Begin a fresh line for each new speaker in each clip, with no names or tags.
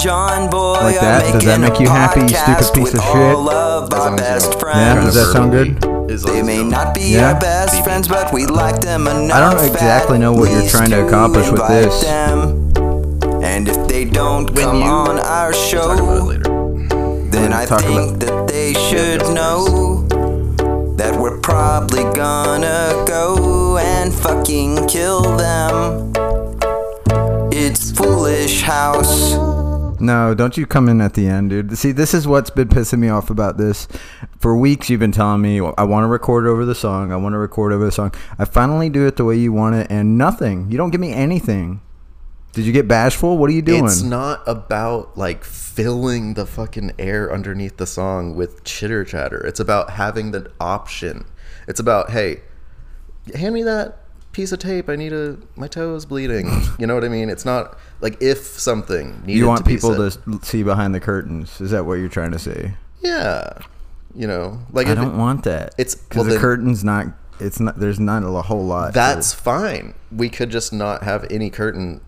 John boy.
Like that?
I'm
Does that
making a
make you happy, you
podcast
stupid piece of
with
shit?
all of
As
our
long as you
best
don't-
Yeah,
friends.
does that sound good?
As long
They
as
may
you
not be
Yeah.
our best friends, but we like them enough.
I don't exactly know what
at
you're
least
trying to accomplish with
invite
this.
them. And if they don't
When
come
you-
on our show,
Talk about it later.
then I
Talk about-
think that they should know that we're probably gonna go and fucking kill them. It's foolish house.
No, don't you come in at the end, dude. See, this is what's been pissing me off about this. For weeks, you've been telling me, I want to record over the song. I want to record over the song. I finally do it the way you want it, and nothing. You don't give me anything. Did you get bashful? What are you doing?
It's not about like filling the fucking air underneath the song with chitter chatter. It's about having the option. It's about hey, hand me that piece of tape. I need a my toe is bleeding. You know what I mean? It's not like if something needed
you want
to be
people
said.
to s- see behind the curtains. Is that what you're trying to say?
yeah, you know like
I
if it-
don't want that.
it's-
because
well,
the
then-
curtains not. It's not. There's not a whole lot.
That's fine. We could just not have any curtain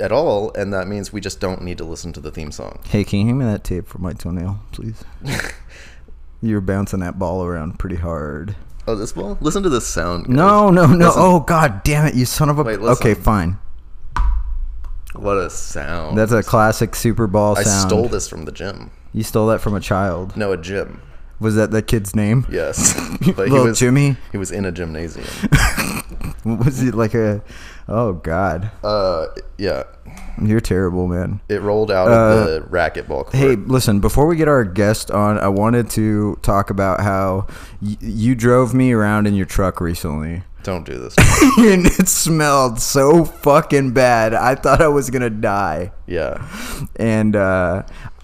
at all, and that means we just don't need to listen to the theme song.
Hey, can you hand me that tape for my toenail, please? You're bouncing that ball around pretty hard.
Oh, this ball? Listen to this sound. guys.
No, no, no.
Listen.
Oh, god damn it, you son of a.
Wait, listen.
okay, fine.
What a sound.
That's a classic Super Ball
I
sound.
stole this from the gym.
You stole that from a child.
No, a gym.
Was that the kid's name?
Yes.
Little Jimmy?
He was in a gymnasium.
Was it like a. Oh, god.
uh, yeah.
You're terrible, man.
It rolled out of the racquetball court.
Uh, Hey, listen, before we get our guest on, I wanted to talk about how y- you drove me around in your truck recently.
Don't do this.
and it smelled so fucking bad. I thought I was going to die.
yeah.
And uh,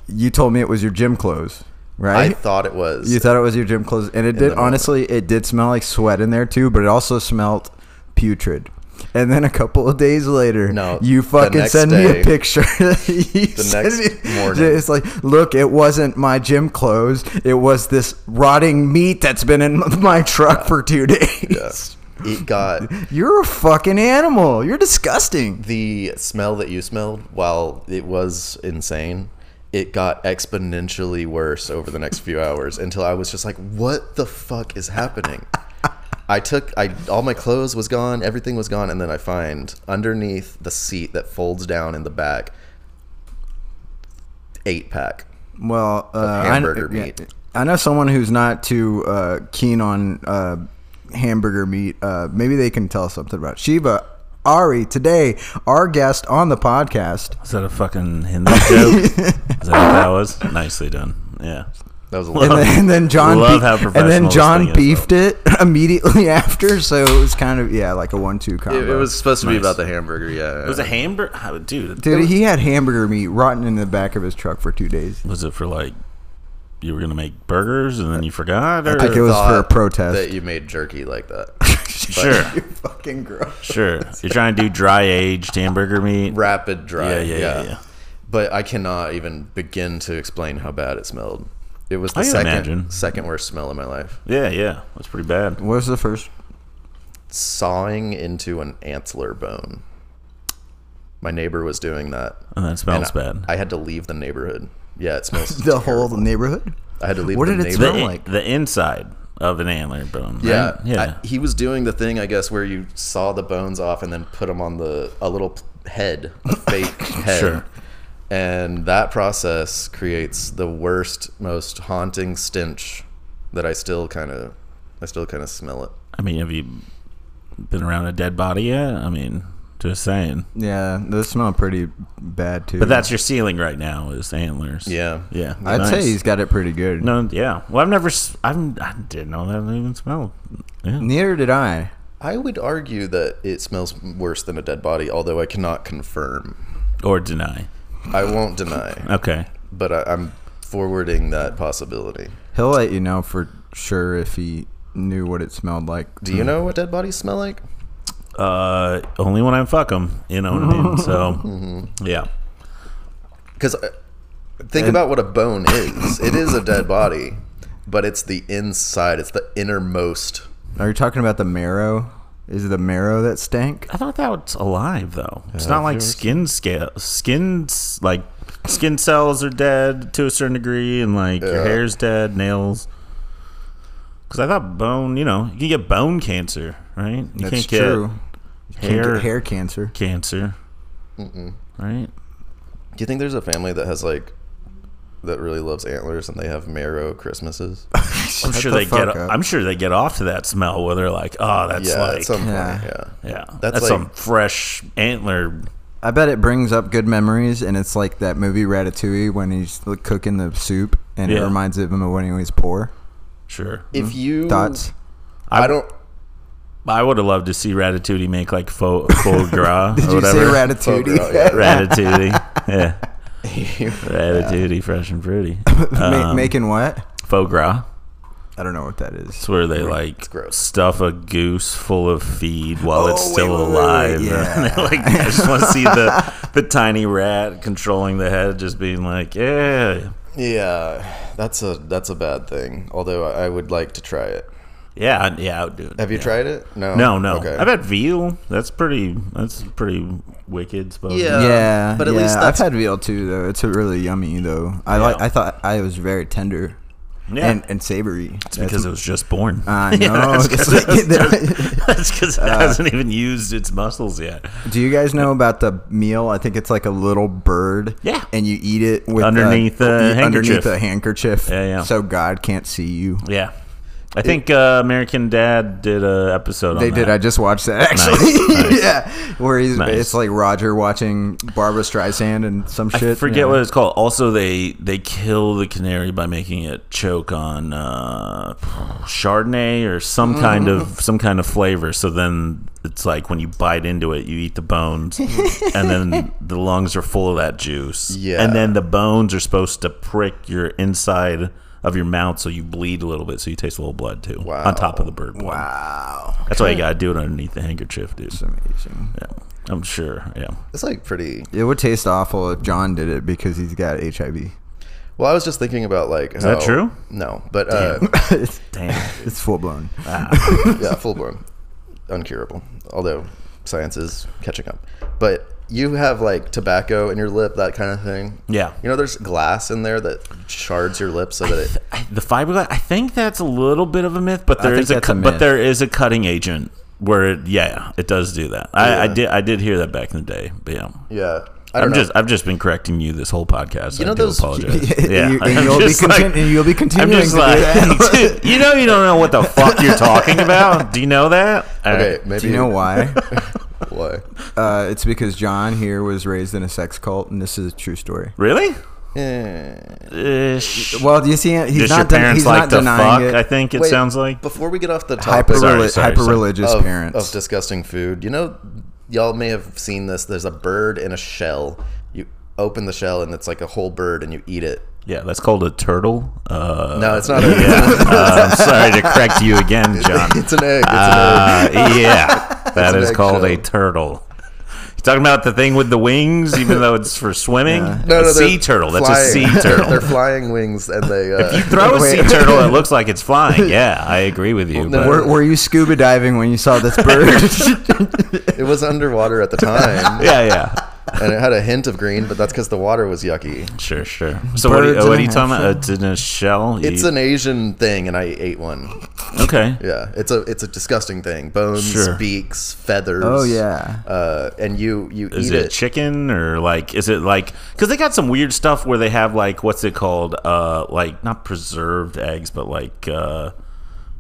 you told me it was your gym clothes,
I
right?
thought it was.
You thought it was your gym clothes, and it
the
did.
moment.
Honestly, it did smell like sweat in there too, but it also smelled putrid. And then a couple of days later,
No,
you
the
fucking
next
send me
day-
a picture. the
next morning.
it's like, look, it wasn't my gym clothes. It was this rotting meat that's been in my truck for two days.
yeah. It got
You're a fucking animal. You're disgusting.
the smell that you smelled, while it was insane, it got exponentially worse over the next few hours until I was just like, "What the fuck is happening?" I took I all my clothes was gone, everything was gone, and then I find underneath the seat that folds down in the back eight pack.
Well, uh, I-
hamburger
yeah,
meat.
I know someone who's not too uh, keen on uh, hamburger meat. Uh, maybe they can tell us something about it. Shiva Ari today, our guest on the podcast.
Is that a fucking Hindu joke? Is that what that was? Nicely done. Yeah.
That was a
And
lot.
then, and then John,
Love
beef-
how
and
professional
then
this
John
thing is,
beefed it immediately after, so it was kind of yeah, like a one-two combo.
it, it was supposed to be
Nice.
about the hamburger, yeah.
It was a hamburger, Ah, dude.
dude. He had hamburger meat rotten in the back of his truck for two days.
Was it for like you were gonna make burgers and then you forgot? Or?
I think it was for
Thought
a protest.
that you made jerky like that.
sure,
Fucking gross.
sure. You're trying to do dry aged hamburger meat.
Rapid dry.
Yeah, yeah, yeah, yeah.
But I cannot even begin to explain how bad it smelled. It was the
I can
second
imagine.
second worst smell in my life.
Yeah, yeah. That's pretty bad.
What was the first?
Sawing into an antler bone. My neighbor was doing that.
And Oh, that smells
And I-
bad.
I had to leave the neighborhood. Yeah, it smells
The
terrible.
whole neighborhood.
I had to leave
What
the
did it
neighborhood.
the,
smell like-
the inside of an antler bone. right?
Yeah,
yeah.
I- he was doing the thing, I guess, where you saw the bones off and then put them on the a little p- head, a fake head.
Sure.
And that process creates the worst, most haunting stench that I still kind of, I still kind of smell it.
I mean, have you been around a dead body yet? I mean, just saying.
Yeah, those smell pretty bad too.
But that's your ceiling right now is antlers.
Yeah.
Yeah.
I'd say
Nice.
he's got it pretty good.
No, yeah. Well, I've never. s- I'm. I didn't know that even smelled. Yeah.
Neither did I.
I would argue that it smells worse than a dead body, although I cannot confirm.
Or deny.
I won't deny,
Okay.
but I, I'm forwarding that possibility.
He'll let you know for sure if he knew what it smelled like.
Do
Hmm.
you know what dead bodies smell like?
Uh, only when I fuck them. You know what I mean. So, yeah.
Because uh, think about what a bone is. It is a dead body, but it's the inside. It's the innermost.
Are you talking about the marrow? Is it the marrow that stank?
I thought that was alive though. It's not like skin scale. Skin's like skin cells are dead to a certain degree, and like your
Yeah.
hair's dead, nails. Because I thought bone, you know, you can get bone cancer, right? You
That's true.
Get
Can't
hair,
get hair cancer.
cancer, right?
Do you think there's a family that has like that really loves antlers and they have marrow Christmases?
I'm
Shut
sure
the
they get.
fuck up.
I'm sure they get off to that smell where they're like, "Oh, that's
yeah,
like,
at some point.
Yeah.
Yeah.
yeah, that's,
that's like-
some fresh antler."
I bet it brings up good memories, and it's like that movie Ratatouille when he's like, cooking the soup, and it
Yeah.
reminds him of when he was poor.
Sure,
If you
Thoughts?
Hmm. I don't.
I would have loved to see Ratatouille make like faux, faux gras
Did
or
you say
whatever. oh,
Ratatouille?
Faux gras,
Ratatouille, yeah, Ratatouille, fresh and pretty.
Ma-
Um,
making what?
faux gras.
I don't know what that is.
It's where they like
gross.
stuff a goose full of feed while it's
Oh,
still
wait, wait, wait,
alive.
wait,
And they're like, I just want to see the the tiny rat controlling the head, just being like, yeah,
Yeah, that's a that's a bad thing. Although I would like to try it.
yeah, I- yeah. I would do it.
Have you
Yeah.
tried it? No.
No, no.
Okay.
I've had veal. That's pretty. That's pretty wicked. Supposed.
Yeah.
yeah,
but at
yeah.
least
I've
that's-
had veal too, though. It's really yummy, though. I like.
Yeah.
I thought I was very tender
Yeah.
and, and savory.
it's because it was just born. Uh,
I
Yeah,
know.
that's
It's
'cause
like-
it was just- that's 'cause it hasn't even used its muscles yet.
Do you guys know about the meal? I think it's like a little bird.
Yeah.
And you eat it with
Underneath a
underneath
handkerchief.
a handkerchief.
Yeah, yeah.
So God can't see you.
Yeah, I think uh, American Dad did a episode.
They
on
did.
That.
I just watched that actually. yeah, where he's
Nice.
it's like Roger watching Barbara Streisand and some shit.
I forget
yeah.
what it's called. Also, they they kill the canary by making it choke on uh, Chardonnay or
Mm.
some kind of some kind of flavor. So then it's like when you bite into it, you eat the bones, and then the lungs are full of that juice.
Yeah.
and then the bones are supposed to prick your inside of your mouth, so you bleed a little bit, so you taste a little blood too.
Wow.
On top of the bird blood.
Wow,
That's why you gotta do it underneath the handkerchief, dude.
it's amazing.
Yeah, I'm sure. Yeah.
It's like pretty.
It would taste awful if John did it because he's got HIV.
Well, I was just thinking about like. Is
that true?
No, but uh,
it's,
Damn.
it's full blown.
yeah, full blown, uncurable. Although science is catching up, but you have like tobacco in your lip, that kind of thing.
Yeah.
You know, there's glass in there that shards your lip so that it.
I- the fiberglass. I think that's a little bit of a myth, but there
think
is a,
that's
cu-
a myth.
but there is a cutting agent where it, yeah, it does do that. I, I
Yeah.
did I did hear that back in the day, but yeah.
Yeah. I don't
I'm
know.
just I've just been correcting you this whole podcast.
You
I
know
do
those-
apologize.
and
yeah,
you- and
I'm
you'll be
just
contin- and you'll be
I'm
continuing
just
to do
like,
that.
dude, you know, you don't know what the fuck you're talking about. Do you know that? All
okay.
right.
Maybe
Do you know why?
Why?
Uh, it's because John here was raised in a sex cult, and this is a true story.
really?
Eh.
Uh, sh-
Well, do you see, he's
does your
not. Den-
parents
he's
like
not
the fuck?
denying
I
it.
think it
Wait,
sounds like.
Before we get off the
Hyper
topic
Sorry, sorry, sorry.
religious
of,
parents.
of disgusting food, you know, y'all may have seen this. There's a bird in a shell. You open the shell and it's like a whole bird, and you eat it.
Yeah, that's called a turtle. Uh,
No, it's not. A,
yeah, uh, I'm sorry to correct you again, John.
It's an egg. It's
Ah.
Uh, yeah, that
an
is called a
eggshell.
turtle. You talking about the thing with the wings, even though it's for swimming?
an egg. No,
a
no, they're
sea turtle. That's a
flying.
sea
they're
turtle.
flying wings, and they. Uh,
Throw a
Wait.
sea turtle. It looks like it's flying. Yeah, I agree with you.
no.
but-
were, were you scuba diving when you saw this bird?
it was underwater at the time,
yeah, yeah.
and it had a hint of green, but that's because the water was yucky.
Sure, sure. So what are
Birds
you, uh,
in a
what are you talking about? It's in a shell. You-
It's an Asian thing, and I ate one.
okay.
Yeah, it's a it's a disgusting thing. Bones,
Sure.
beaks, feathers.
oh yeah.
uh, and you you
Is
eat
it,
it.
chicken or like is it like because they got some weird stuff where they have like what's it called uh like not preserved eggs but like uh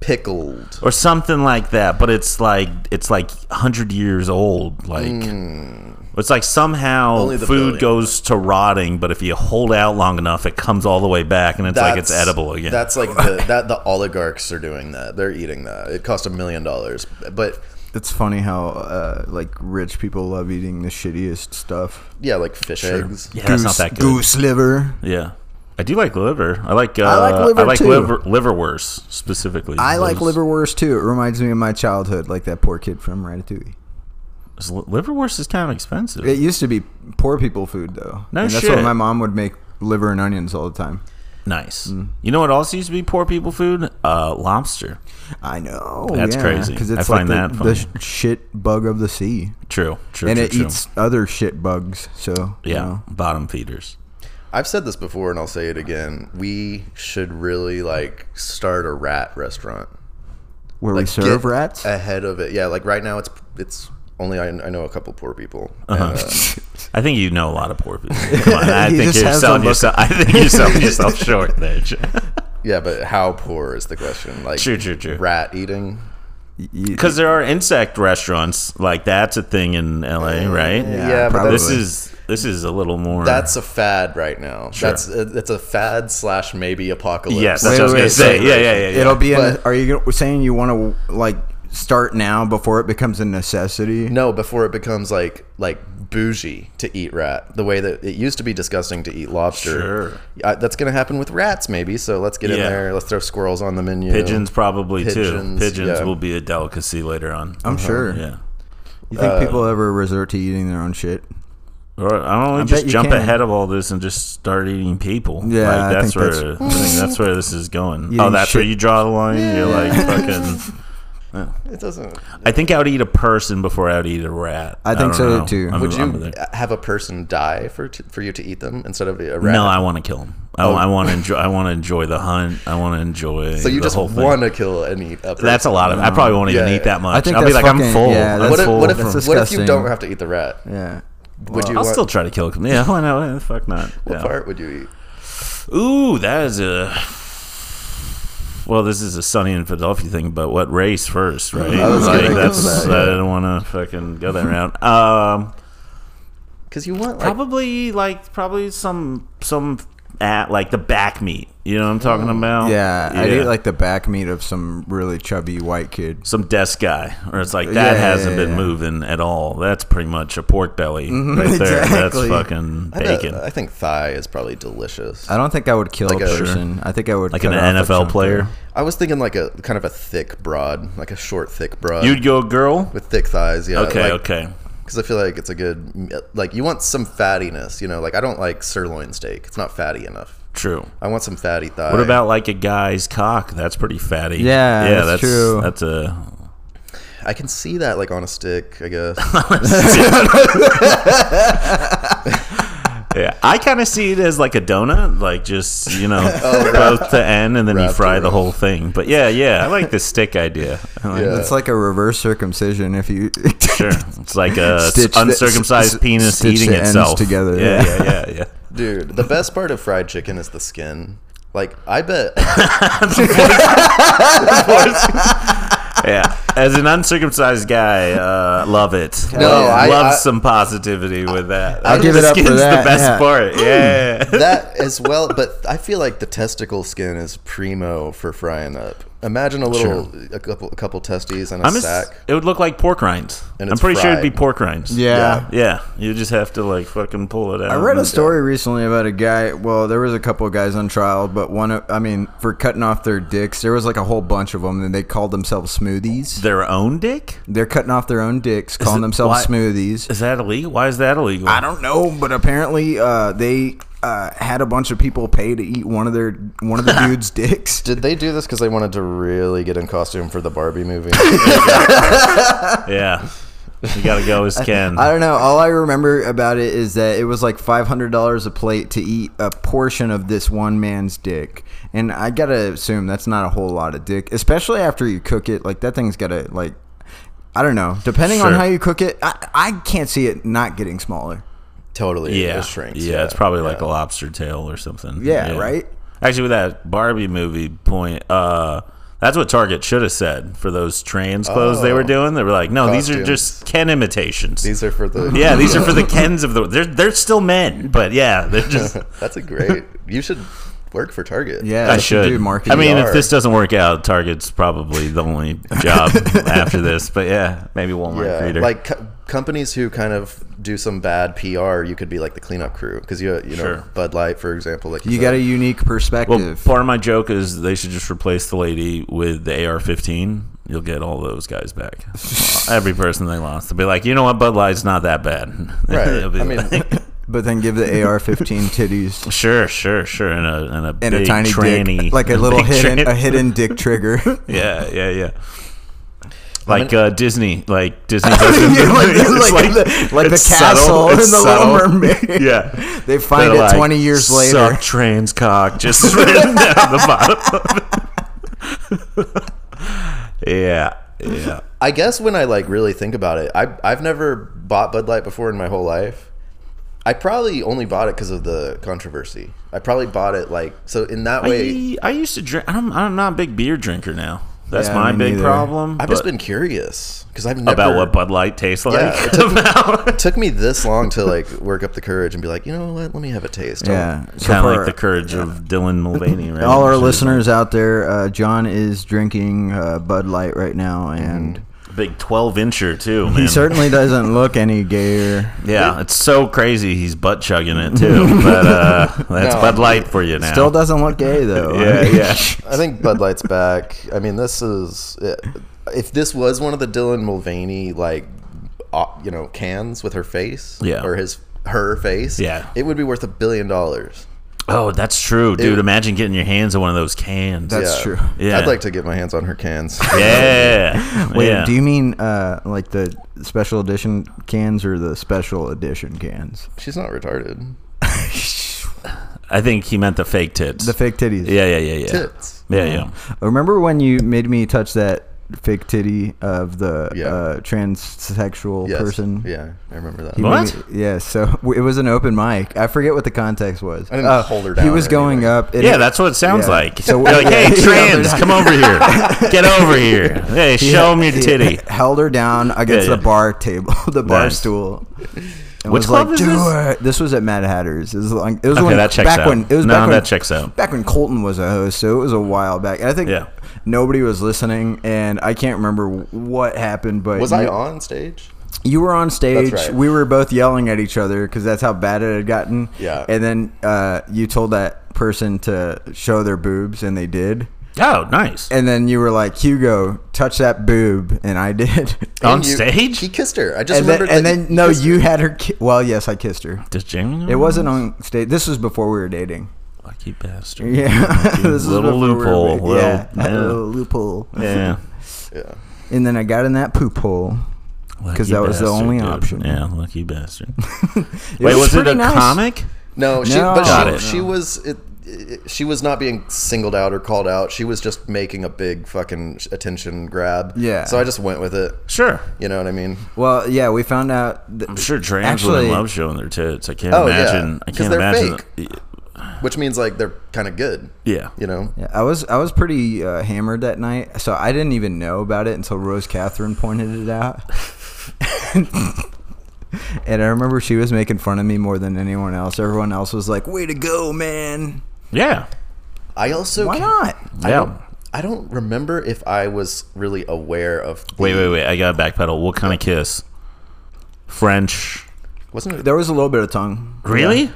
pickled.
or something like that but it's like it's like 100 years old like
Hmm.
Mm,
it's like somehow
Only
food
the brilliant.
goes to rotting but if you hold out long enough it comes all the way back and it's like it's edible again
That's like the that the oligarchs are doing that. They're eating that. It cost a million dollars, but
It's funny how uh, like rich people love eating the shittiest stuff.
yeah, like fish
Sure.
eggs.
yeah that's not that good
Goose liver.
yeah I do like liver. I like. Uh,
like liver
I like
too.
liver, liverwurst specifically.
I like
Those-
liverwurst too. It reminds me of my childhood, like that poor kid from Ratatouille.
is li- Liverwurst is kind of expensive.
It used to be poor people food though.
No
and That's what
shit.
my mom would make liver and onions all the time.
Nice.
Hmm.
You know what also used to be poor people food? Uh, lobster.
I know.
That's crazy.
Because
I
it's
find
like
that
the, the
funny.
sh- shit bug of the sea,
True. True.
and
true,
it
true.
eats other shit bugs. So you
Yeah,
know.
bottom feeders.
I've said this before and I'll say it again. We should really like start a rat restaurant.
Where we
Like,
serve
get uh,
rats?
ahead of it. Yeah, like right now it's it's only I, I know a couple poor people.
Uh-huh.
And, uh,
I think you know a lot of poor people. Come on, I
He
think
just
you're
has a
selling
look.
yourself. I think you're selling yourself short there. Joe.
yeah, but how poor is the question? Like
True, true, true.
rat eating.
You-
Because there are insect restaurants, like that's a thing in LA, right?
Yeah,
yeah, but
probably.
This is this is a little more.
That's a fad right now. That's it's a fad slash maybe apocalypse.
yes,
Wait,
that's what I was
wait,
gonna
wait,
say.
so-
Yeah, yeah, yeah. yeah.
It'll be. a,
But-
are you gonna- saying you want to like start now before it becomes a necessity?
No, before it becomes like like bougie to eat rat, the way that it used to be disgusting to eat lobster.
Sure.
Uh, that's gonna happen with rats, maybe. So let's get in
Yeah.
there. Let's throw squirrels on the menu.
pigeons probably
Pigeons,
too. Pigeons
yeah.
will be a delicacy later on.
I'm sure.
Uh-huh. yeah.
You
Uh,
think people ever resort to eating their own shit?
Or I don't
I
know, just
bet you
jump
can.
ahead of all this and just start eating people.
Yeah, I
like, that's
think
where
that's-
I think that's where this is going.
Eating
oh, that's where
shit.
you draw the line. You're like fucking.
It doesn't.
I think I would eat a person before I would eat a rat.
I think
don't
so,
know.
too.
I'm-
Would
I'm
you
with it.
have a person die for t- for you to eat them instead of a rat?
No, I want to kill him. I,
Oh.
I want to enjoy. I want to enjoy the hunt. I want to enjoy.
So you
the
just
whole thing.
want to kill and eat a person.
That's a lot of. I probably won't even
Yeah.
eat that much.
I think
I'll be
that's
like,
fucking-
I'm full.
yeah,
I'm
that's
What if,
full.
what, if,
That's
what if you don't
disgusting.
have to eat the rat?
Yeah.
Would you
I'll
want,
still try to kill him. Yeah, why not? Why the fuck not?
what
Yeah.
part would you eat?
Ooh, that is a. Well, this is a Sunny in Philadelphia thing, but what race first, right?
I was
like,
gonna go
that's
to that,
I don't want to fucking go that route. Um,
Because you want like
probably like probably some some at like the back meat. You know what I'm talking
Oh.
about?
Yeah, I'd
Yeah.
eat like the back meat of some really chubby white kid.
some desk guy, or it's like that
Yeah, yeah,
hasn't
yeah,
been
yeah. Mm-hmm.
moving at all. That's pretty much a pork belly right there.
exactly.
That's fucking
I, bet-
bacon,
I think thigh is probably delicious.
I don't think I would kill
Like
a
a- Sure.
person. I think I would
like an
cut off a
NFL
chunk
player.
I was thinking like a kind of a thick broad, like a short thick broad
You'd go girl.
with thick thighs. Yeah.
Okay,
like,
okay.
Because I feel like it's a good like you want some fattiness. You know, like I don't like sirloin steak. It's not fatty enough.
True.
I want some fatty thigh.
What about like a guy's cock? That's pretty fatty.
Yeah, that's true.
That's a.
I can see that like on a stick. I guess.
Yeah, I kind of see it as like a donut, like just you know,
Oh,
both to end, and then you
Wrapped
fry the
around.
whole thing. But yeah, yeah, I like the stick idea. I like
Yeah.
It's like a reverse circumcision if you.
Sure, it's like a
Stitch the-
uncircumcised
s- s-
penis
stitch
eating
the ends
itself
together,
Yeah,
yeah.
yeah, yeah, yeah.
Dude, the best part of fried chicken is the skin. Like, I bet.
yeah. As an uncircumcised guy, uh, love it.
No, I-
love
I-
some positivity with that.
I give it up for
skin's
that,
The best
yeah.
part. Yeah.
that as well, but I feel like the testicle skin is primo for frying up. Imagine a little, a couple, a couple testes and a
I'm
sack.
just, it would look like pork rinds.
And
I'm
it's
pretty sure it'd be
fried.
pork rinds.
yeah.
Yeah. You just have to like fucking pull it out.
I read a
and-
story recently about a guy. Well, there was a couple of guys on trial, but one, of- I mean, for cutting off their dicks, there was like a whole bunch of them, and they called themselves smoothies.
Their own dick?
They're cutting off their own dicks, calling
it-
themselves
why-
smoothies.
Is that illegal? Why is that illegal?
I don't know, but apparently uh, they uh, had a bunch of people pay to eat one of their one of the dude's dicks.
Did they do this because they wanted to really get in costume for the Barbie movie?
Yeah. You gotta go as Ken.
I don't know. All I remember about it is that it was like five hundred dollars a plate to eat a portion of this one man's dick, and I gotta assume that's not a whole lot of dick, especially after you cook it. Like that thing's gotta like, I don't know. Depending on
Sure.
how you cook it, I, I can't see it not getting smaller.
totally.
yeah.
It shrinks.
yeah, it's probably like
yeah.
a lobster tail or something.
Yeah, right.
Actually, with that Barbie movie point, uh, that's what Target should have said for those trans clothes they were doing. They were like, no, these are
Costumes.
just Ken imitations.
These are for the.
yeah, these are for the Kens of the. They're they're still men, but yeah, they're just.
That's a great. You should work for Target.
Yeah,
I
that's what
should.
do marketing.
I mean,
PR.
if this doesn't work out, Target's probably the only job after this. But yeah, maybe Walmart
Yeah,
greeter.
like co- companies who kind of do some bad PR, you could be like the cleanup crew because you you know
Sure.
Bud Light, for example, like
you
said.
got a unique
well,
perspective.
part of my joke is they should just replace the lady with the AR-15. You'll get all those guys back. Every person they lost, they'll be like, you know what, Bud Light's not that bad.
right.
They'll be
I mean,
like,
but then give the AR-15 titties.
sure, sure, sure, and a and a,
And a
big
tiny
tranny,
dick, like a little
big
hidden,
tran-
a hidden dick trigger.
yeah, yeah, yeah. like uh, Disney, like Disney. doesn't-
Yeah, like-
it's
like the- like the castle in
it's
The Little Mermaid.
Yeah,
They find
They're
it
like,
20 years later.
Suck trans cock just written down the bottom. Of it. yeah, yeah.
I guess when I like really think about it, I I've never bought Bud Light before in my whole life. I probably only bought it because of the controversy. I probably bought it like so in that way.
I, I used to drink. I'm, I'm not a big beer drinker now. That's
Yeah,
my
me
big
neither.
problem.
I've just
but-
been curious because I've never
about what Bud Light tastes like.
Yeah, it It took me this long to like work up the courage and be like, you know what? Let me have a taste. I'll-
Yeah. So
kind of
for
like the courage of Dylan Mulvaney, right?
all our
Which is
listeners out there, uh, John is drinking uh, Bud Light right now,
Mm.
and
a big twelve incher too, man.
he certainly doesn't look any gayer.
yeah, it's so crazy. He's butt chugging it too, but uh, that's
No,
Bud Light for you now.
Still doesn't look gay though.
Yeah, yeah.
I think Bud Light's back. I mean, this is eh, if this was one of the Dylan Mulvaney like uh, you know cans with her face,
Yeah.
or his her face,
Yeah.
it would be worth a billion dollars.
Oh, that's true, dude. Imagine getting your hands on one of those cans.
That's
Yeah.
true.
Yeah.
I'd like to get my hands on her cans.
yeah.
Wait,
yeah.
do you mean uh, like the special edition cans or the special edition cans?
She's not retarded.
I think he meant the fake tits.
The fake titties.
yeah, yeah, yeah, yeah.
Tits.
Yeah, yeah.
Remember when you made me touch that fake titty of the
Yeah.
uh, transsexual
Yes.
person?
Yeah, I remember that.
He made
What?
me- yeah, so w- it was an open mic. I forget what the context was. Uh,
I didn't hold her down
He was
or
going
anything.
up. and
Yeah,
it-
that's what it sounds
yeah.
like.
So
So
what-
like, hey,
yeah,
trans,
yeah.
come over here. Get over here. Hey,
he
show 'em
he
your titty.
held her down against
yeah.
the bar table, the bar
Nice.
stool. And
Which
was
club
like,
is
"Do
this?"
it." was at Mad Hatter's. It was like it was
Okay,
when,
that checks
back
out.
when it was
No,
back when,
that checks out.
Back when Colton was a host, so it was a while back. And I think
Yeah.
nobody was listening, and I can't remember what happened. But
Was
you,
I on stage?
You were on stage.
right.
We were both yelling at each other because that's how bad it had gotten.
Yeah.
And then uh, you told that person to show their boobs, and they did.
Oh, nice.
And then you were like, Hugo, touch that boob, and I did.
on
And you-
stage?
He kissed her. I just
and then,
remembered.
and
that
then
he
no,
kissed her.
you had her. Ki- well, yes, I kissed her.
Does Jamie? know?
It wasn't on stage. This was before we were dating.
Lucky bastard.
Yeah, this was
Little
before we were
loophole,
dating.
little-
Yeah, had a
yeah.
little loophole.
Yeah.
Yeah.
And then I got in that poop hole.
Lucky
that was the
bastard,
only
dude.
option.
Yeah, lucky bastard.
It
Wait, was, it
pretty
a
nice.
comic?
No, she,
No.
but she,
Got it.
she was it, it- she was not being singled out or called out. She was just making a big fucking attention grab.
Yeah.
So I just went with it.
Sure.
You know what I mean?
Well, yeah, we found out. Th-
I'm sure trans
Actually-
women love showing their tits. I can't
Oh, yeah.
imagine. I
'Cause
can't
they're
imagine.
fake. Which means like they're kind of good.
Yeah.
You know?
Yeah, I was I was pretty uh, hammered that night, so I didn't even know about it until Rose Catherine pointed it out. and I remember she was making fun of me more than anyone else. Everyone else was like, "Way to go, man!
Yeah.
I also
Why
ca-
not?"
I
Yeah.
don't, I don't remember if I was really aware of. the-
Wait, wait, wait. I got to backpedal. What kind of kiss? French.
Wasn't it?
There was a little bit of tongue.
Really?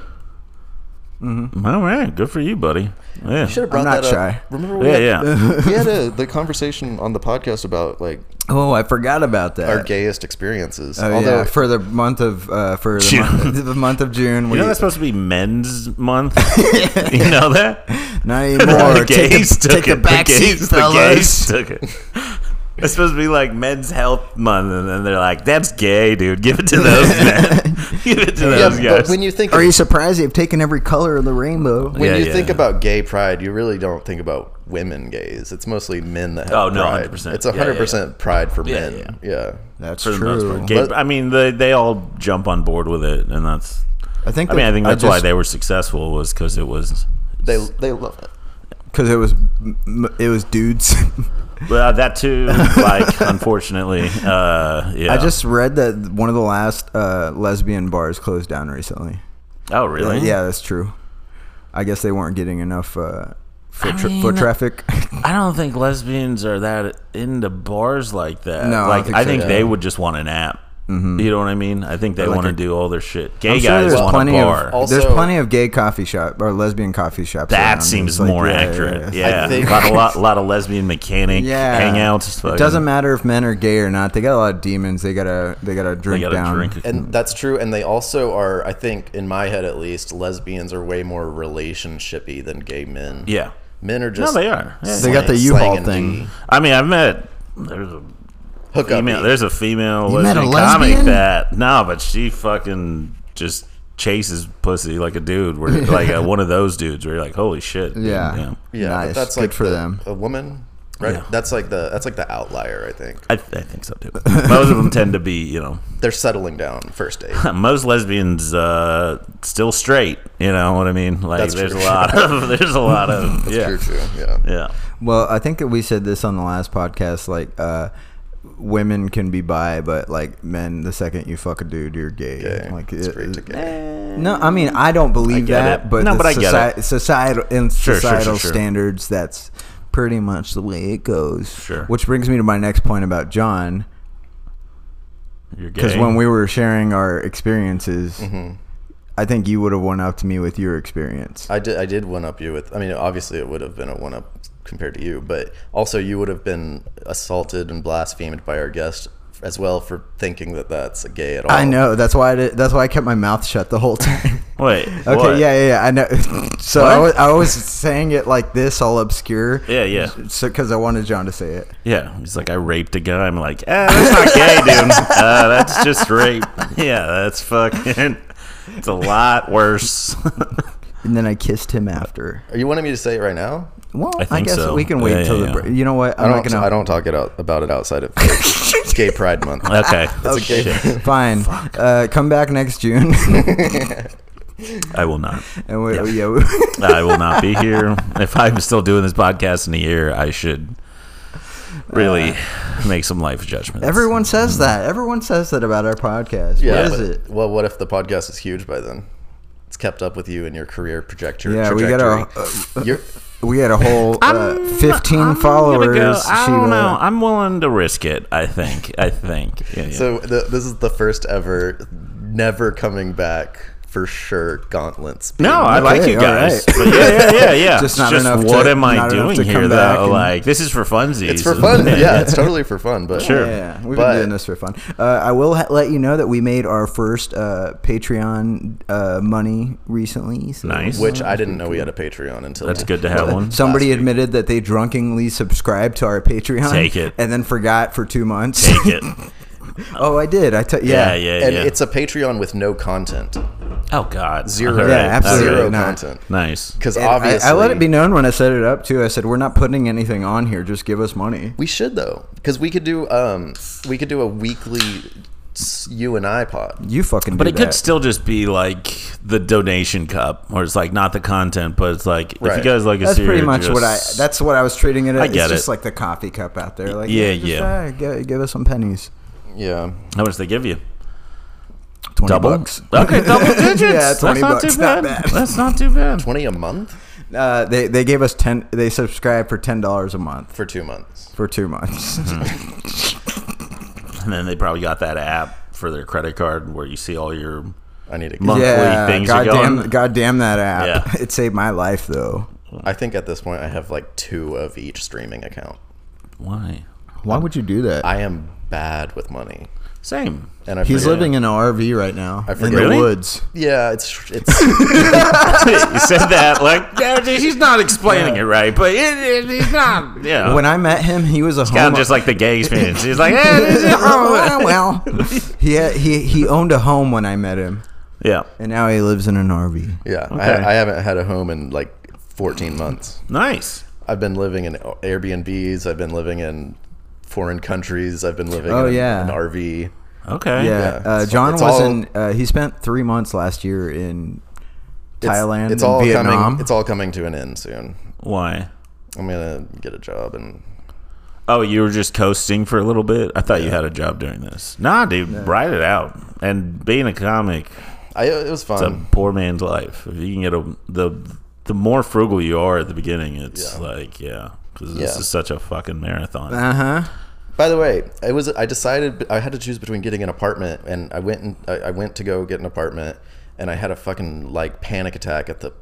Mm-hmm. All right. Good for you, buddy. Yeah.
Should have brought
not
that
shy.
up. Remember? We
Yeah,
had,
yeah.
we had a, the conversation on the podcast about like
Oh, I forgot about that.
our gayest experiences.
Uh, Oh,
Although
yeah, for the month of uh, for the
June.
month, the month of June,
You
we
know that's supposed to be Men's Month. you know that?
not anymore.
the gays
take the,
took
take the
it.
back
the gays,
seat,
the gays
fellas.
took it. It's supposed to be like Men's Health Month, and then they're like, "That's gay, dude. Give it to those men. Give it to
yeah,
those
but
guys."
when you think
Are you surprised they've taken every color of the rainbow?
when
Yeah,
you
yeah.
think about gay pride, you really don't think about women gays. It's mostly men that have
Oh, no,
pride.
100%.
It's
Yeah, yeah,
hundred percent pride for
Yeah,
men. Yeah.
That's
for the most
true.
part, gay,
But-
I mean, they they all jump on board with it, and that's.
I think.
I mean, I think that's why
just-
they were successful was because it was.
They they love it.
because it was m- it was dudes.
Well, that too. Like, unfortunately, uh, yeah.
I just read that one of the last uh, lesbian bars closed down recently.
Oh, really?
Yeah, that's true. I guess they weren't getting enough uh, foot,
I
tra-
mean,
foot traffic.
I don't think lesbians are that into bars like that.
No, I don't
like I
think
think,
so, yeah. Mm-hmm.
they would just want an app. You know what I mean? I think they
Like
want
a-
to do all their shit. Gay
I'm sure
guys
there's
want
plenty
a bar.
of
Also-
there's plenty of gay coffee shop or lesbian coffee shops. around.
that
It's
seems
like,
more
yeah, yeah,
accurate.
yeah.
Yeah,
I think-
a lot, a lot, lot of lesbian mechanic
Yeah.
hangouts.
It doesn't matter if men are gay or not. They got a lot of demons. They gotta they gotta
They
drink
got to
down.
drink.
And that's true. And they also are. I think in my head at least, lesbians are way more relationshipy than gay men.
yeah,
Men are
no,
just
they are. Yeah.
They got the
slang-
U-Haul
slanging
thing.
G.
I mean, I've met there's a
Hook up.
female. There's a female
You met a
lesbian comic
lesbian?
that no, but she fucking just chases pussy like a dude. Where like uh, one of those dudes where you're like, holy shit. dude,
Yeah.
yeah,
nice.
but that's
Good
like
for
the-
them.
A woman, right?
Yeah.
That's like the that's like the outlier. I think
I, I think so too. Most of them tend to be, you know,
they're settling down first date.
most lesbians uh, still straight. You know what I mean? Like
That's
there's
true.
a lot of there's a lot of yeah
True, true. Yeah.
yeah.
Well, I think that we said this on the last podcast. Like, uh, women can be bi, but like men, the second you fuck a dude, you're gay.
Okay.
Like,
it's
it-
great to get.
no, I mean I don't believe
get
that,
it.
but
No,
the
but I get
soci-
it.
societal in
sure,
societal
sure, sure.
standards, that's pretty much the way it goes.
Sure.
Which brings me to my next point about John,
You're gay.
because when we were sharing our experiences.
Mm-hmm.
I think you would have went up to me with your experience.
I did. I did one up you with. I mean, obviously, it would have been a one up compared to you, but also you would have been assaulted and blasphemed by our guest as well for thinking that that's gay
Oh.
at all.
I know that's why I did, that's why I kept my mouth shut the whole time.
wait,
Okay,
what?
yeah, yeah, yeah, I know. so I was,
What?
I was saying it like this, all obscure.
Yeah, yeah.
So because I wanted John to say it.
Yeah, he's like, I raped a guy. I'm like, ah, that's not gay, dude. Uh, that's just rape. Yeah, that's fucking. It's a lot worse.
And then I kissed him after.
Are you wanting me to say it right now?
Well, I,
think
guess
so.
we can wait
Yeah,
until
yeah,
the
yeah.
break. You know what? I'm
I don't.
not gonna.
I don't talk it out about it outside of like, Gay Pride Month.
okay,
okay.
Shit.
Fine. Uh, come back next June,
I will not.
and we, yeah.
I will not be here. If I'm still doing this podcast in a year, I should really make some life judgments.
Uh, everyone says that. Everyone says that about our podcast.
Yeah,
what is
but-
it?
Well, what if the podcast is huge by then? It's kept up with you and your career projector.
Yeah, we got
trajectory.
our. Uh,
You're,
we had a whole uh, 15
I'm gonna
followers.
Go, I
She
don't
wrote-
know. I'm willing to risk it. I think. I think. Yeah, yeah.
so the, this is the first ever, never coming back for sure. Gauntlets. being-
No, I like
Okay,
you
all
guys.
right.
But yeah, yeah, yeah, yeah.
Just not enough
What
to-
am I
not enough
doing
to
here
come back
though?
and-
Like this is for funsies.
it's for fun. Yeah, it's totally for fun. But
Sure.
Yeah, yeah, we've
But-
been doing this for fun. Uh, I will ha- let you know that we made our first uh, Patreon uh, money recently. So
Nice.
which I didn't know we had a Patreon until
That's good to have one.
Somebody admitted that they drunkenly subscribed to our Patreon.
Take it.
And then forgot for two months.
Take it.
oh, I did. I t-
Yeah,
yeah.
yeah,
And
yeah.
it's a Patreon with no content,
oh God,
zero,
All
Yeah, absolutely
zero
not.
content.
Nice.
Because
And I-
obviously,
I, let it be known when I set it up too. I said we're not putting anything on here. Just give us money.
We should though, because we could do um, we could do a weekly s- you and I pod.
You fucking.
But
do
it could
that.
still just be like the donation cup, where it's like not the content, but it's like if you
Right.
guys like a
That's
series,
pretty much what I.
just-
That's what I was treating it. As.
get
it's just
it.
like the coffee cup out there. Like
Yeah,
just,
yeah.
uh, give, give us some pennies.
Yeah,
how much they give you.
20
Double.
bucks.
Okay, double digits.
Yeah, 20
that's not
bucks,
too
not
bad.
bad.
That's not too bad.
twenty a month
Uh, they they gave us ten. They subscribed for ten dollars a month
for two months.
for two months.
Hmm. And then they probably got that app for their credit card where you see all your
I need to.
Month. Monthly things are
goddamn,
going-
goddamn that app.
Yeah.
It saved my life though.
I think at this point I have like two of each streaming account.
why
Why would you do that?
I am bad with money,
same.
and I
He's
forget-
living in an RV right now in
forget-
the
Really?
woods.
Yeah, it's it's
you said that like yeah, he's not explaining it right, but it, it, he's not. Yeah,
When I met him, he was a
kind
home.
of Oh. just like the gay experience. He's like, eh, this is-
oh well, he, had, he he owned a home when I met him,
yeah,
and now he lives in an RV.
yeah.
Okay.
I, I haven't had a home in like fourteen months.
nice.
I've been living in Airbnbs. I've been living in foreign countries. I've been living
Oh,
in
yeah.
an RV.
Okay,
Yeah,
Yeah,
uh,
it's-
John
it's
was
all-
in. Uh, he spent three months last year in
It's-
Thailand.
It's
and
all
Vietnam.
coming. It's all coming to an end soon.
Why?
I'm gonna get a job and
Oh, you were just coasting for a little bit. I thought you had a job doing this. Nah, dude, ride it out. And being a comic,
I. It was
it's
Um,
fun.
a poor man's life. If you can get a the the more frugal you are at the beginning, it's
Yeah.
like yeah, because this
Yeah.
is such a fucking marathon.
Uh huh.
By the way, I was. I decided I had to choose between getting an apartment, and I went and I I went to go get an apartment, and I had a fucking like panic attack at the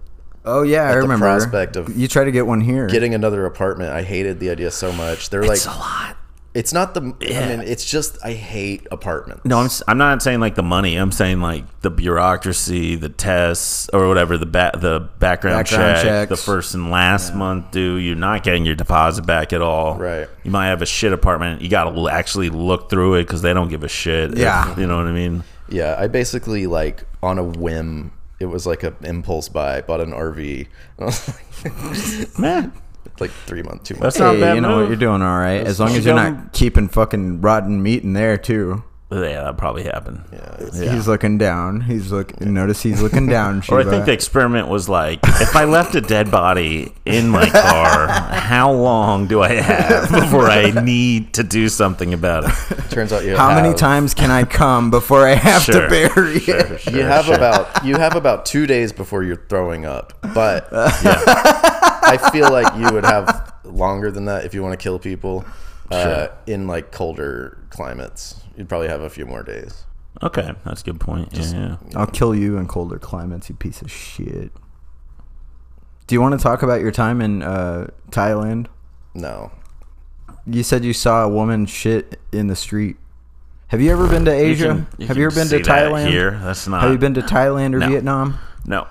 Oh yeah, I
the
remember.
prospect of
you try to get one here.
getting another apartment. I hated the idea so much. They're like,
it's a lot.
It's not the. I mean, it's just I hate apartments.
No, I'm, s- I'm not saying like the money. I'm saying like the bureaucracy, the tests, or whatever the ba- the background,
Background
check,
checks.
the first and last month due. You're not getting your deposit back at all.
Right.
You might have a shit apartment. You got to actually look through it because they don't give a shit. if-
Yeah.
you know what I mean.
Yeah, I basically like on a whim. It was like a impulse buy. I bought an RV. And I was like,
Man,
like three months, two months.
That's not a
Hey,
bad
you know what
move.
you're doing, all right. As long
You
as you're
got him-
not keeping fucking rotten meat in there too.
yeah, that probably happened.
Yeah.
He's looking down. He's look. Notice he's looking down.
Or I
Shiva.
think the experiment was like, if I left a dead body in my car, how long do I have before I need to do something about it?
Turns out you
How
have,
many times can I come before I have to
Sure.
bury it?
Sure,
You have
sure.
about you have about two days before you're throwing up. But yeah, I feel like you would have longer than that if you want to kill people. Uh, in like colder climates, you'd probably have a few more days.
Okay, that's a good point. Yeah, yeah.
I'll kill you in colder climates, you piece of shit. Do you want to talk about your time in uh, Thailand?
No,
You said you saw a woman shit in the street. Have you ever been to
You
Asia?
can- you
have you
can
ever been
see
to
that
Thailand?
Here, that's not.
Have you been to Thailand or
No.
Vietnam?
No.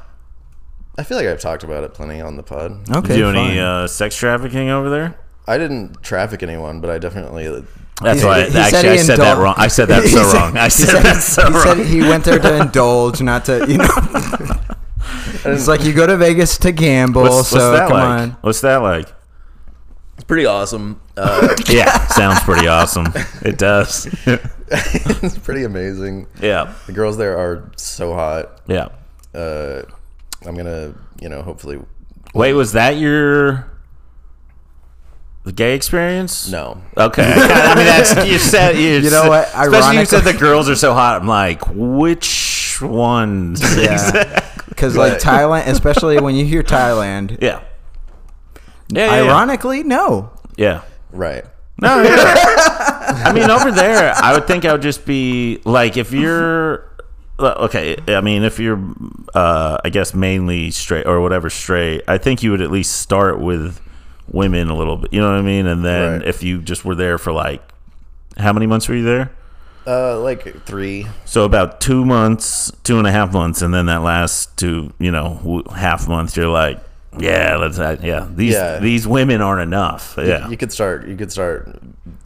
I feel like I've talked about it plenty on the pod.
Okay.
Did you do any
fine.
uh, sex trafficking over there?
I didn't traffic anyone, but I definitely
That's
He-
why.
he said
actually,
he
I said that
indul-
wrong. I said that
He
so
said-
wrong. I
he
said, that so
he
wrong.
said he went there to indulge, not to you know. it's like you go to Vegas to gamble,
what's, what's
so
that
come
like?
on.
What's that like?
It's pretty awesome. Uh,
Yeah, sounds pretty awesome. It does.
it's pretty amazing.
yeah,
The girls there are so hot.
yeah.
Uh, I'm gonna, you know, hopefully
Wait, was that your the gay experience?
no.
Okay. I mean, that's you said. You,
You know
said-
what?
Especially you said
Ironically-
the girls are so hot. I'm like, which ones?
Yeah, because like
But-
Thailand, especially when you hear Thailand,
yeah. Yeah. yeah, yeah.
ironically, no.
Yeah.
Right.
No, yeah. I mean, over there, I would think I would just be like, if you're, okay, I mean, if you're, uh, I guess, mainly straight or whatever straight, I think you would at least start with women a little bit. You know what I mean? And then
Right.
if you just were there for like, how many months were you there?
Uh, like three.
So about two months, two and a half months, and then that last two, you know, w- half month, you're like, yeah, let's, uh, yeah, these
Yeah.
these women aren't enough. Yeah,
You could start. You could start.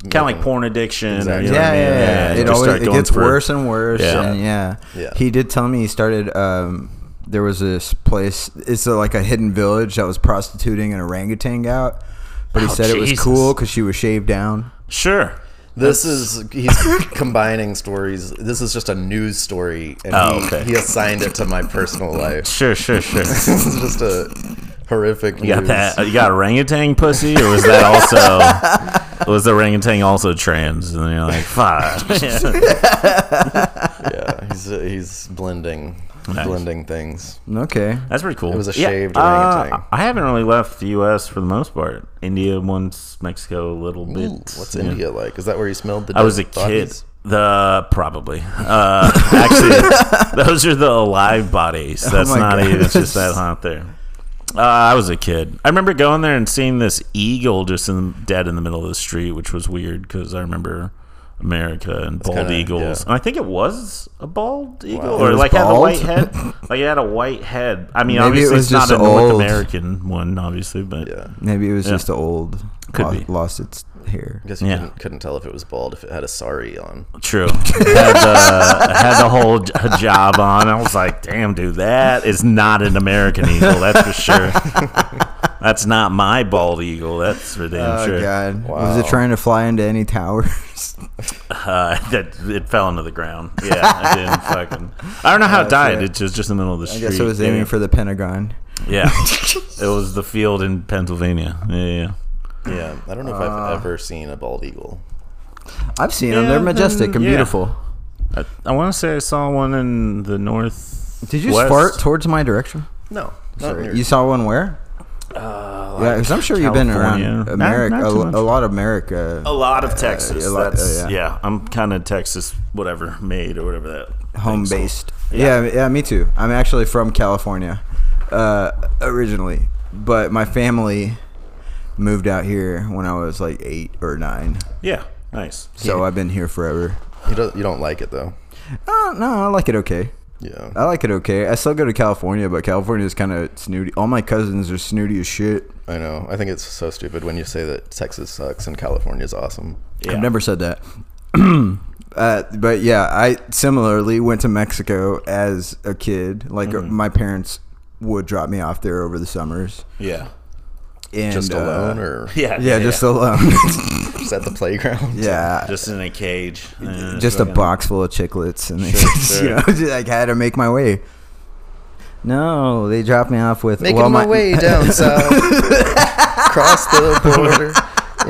kind of like porn addiction. Or,
Exactly.
you know
yeah,
what I
yeah,
mean?
yeah,
you
It
just
always
start
it
going
gets
for-
worse and worse.
Yeah.
And yeah.
Yeah.
He did tell me he started. Um, there was this place. It's a, like a hidden village that was prostituting an orangutan out. But he
Oh,
said it was
Jesus.
cool because she was shaved down.
Sure.
This is he's combining stories. This is just a news story, and
Oh,
he,
okay.
he assigned it to my personal life.
Sure, sure, sure.
this is just a horrific.
You got
news.
that? You got orangutan pussy, or was that also? was the orangutan also trans? And then you're like, fuck.
Yeah, he's he's blending,
Nice.
blending things.
Okay.
That's pretty cool.
It was a shaved
uh,
orangutan.
I haven't really left the U.S. for the most part. India once, Mexico a little bit.
Ooh, what's
Yeah.
India like? Is that where you smelled the?
I was a
dead
kid.
bodies?
The probably uh, actually those are the alive bodies. That's
Oh my
not
God.
even. It's just that hot there. Uh, I was a kid. I remember going there and seeing this eagle just in dead in the middle of the street, which was weird because I remember America and bald
kinda-
eagles.
yeah.
And I think it was a bald eagle,
It
or
was
like had a
bald?
white head. like it had a white head. I
Maybe
mean,
it
obviously
was
it's not
just
a North
old.
American one, obviously, but
Yeah,
Maybe it was
Yeah.
just the old.
Could
lo-
be.
lost its hair.
I guess you
Yeah.
couldn't, couldn't tell if it was bald if it had a sari on.
True. had, the, had the whole j- hijab on. I was like, damn, dude, that is not an American eagle. That's for sure. That's not my bald eagle. That's for damn
Oh
sure.
God! Was
Wow.
it trying to fly into any towers?
Uh, that it fell into the ground. Yeah, I didn't fucking. I don't know how it died.
right.
It just just in the middle of the
I
street.
guess it was
yeah.
aiming for the Pentagon.
Yeah, it was the field in Pennsylvania. Yeah, yeah.
Yeah, I don't know if I've ever seen a bald eagle.
I've seen them.
Yeah, mm,
They're majestic and
yeah.
beautiful.
yeah. I, I want to say I saw one in the north.
Did you
West.
fart towards my direction?
No, not
Sorry,
near-
You saw one where? yeah, because I'm sure you've been around
Uh, California.
America,
Not- not
a,
too
lo-
much.
a lot of America,
A lot of Texas.
a lot-
That's,
uh, yeah.
yeah. I'm kind of Texas, whatever made or whatever that
home
thing's called.
based. Yeah. yeah, me too. I'm actually from California uh, originally, but my family moved out here when I was like eight or nine.
Yeah, Nice.
So I've been here forever.
You don't, you don't like it though.
Oh, no, I like it okay.
Yeah.
I like it okay. I still go to California, but California is kind of snooty. All my cousins are snooty as shit.
I know. I think it's so stupid when you say that Texas sucks and California's awesome.
Yeah.
I've never said that. uh, but yeah, I similarly went to Mexico as a kid. Like
Mm-hmm.
uh, my parents would drop me off there over the summers.
Yeah.
And,
Just
uh,
alone or
Yeah.
Yeah, just alone.
just at the playground?
yeah. Just,
just in a cage. Uh,
a
fucking-
box full of chiclets, and they,
Sure, sure.
you know, just, like had to make my way. No, they dropped me off with
Making
well,
my, way down south, cross the border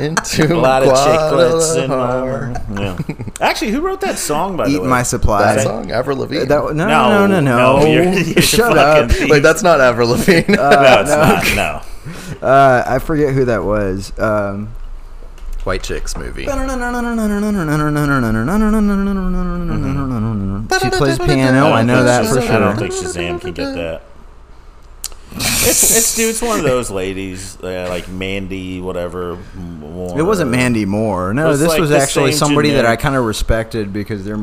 into
A lot of chiclets in
Guadalajara.
my. Yeah. Actually, who wrote that song by the
Eat
way?
my
That
supplies.
song, Avril Lavigne.
That, no, no, no, no,
no, you're- you're
Shut
fucking
up.
thief.
Wait, that's not Avril Lavigne.
no, it's not. No.
Uh, I forget who that was. Um,
White Chicks movie. Mm-hmm.
she plays piano. I know that for
I don't
sure.
think Shazam can get that. It's, it's dude. It's one of those ladies, uh, like Mandy, whatever. Moore.
It wasn't Mandy Moore. No,
It's
this
like
was
the
actually
same
somebody that I
generic-
kind of respected because their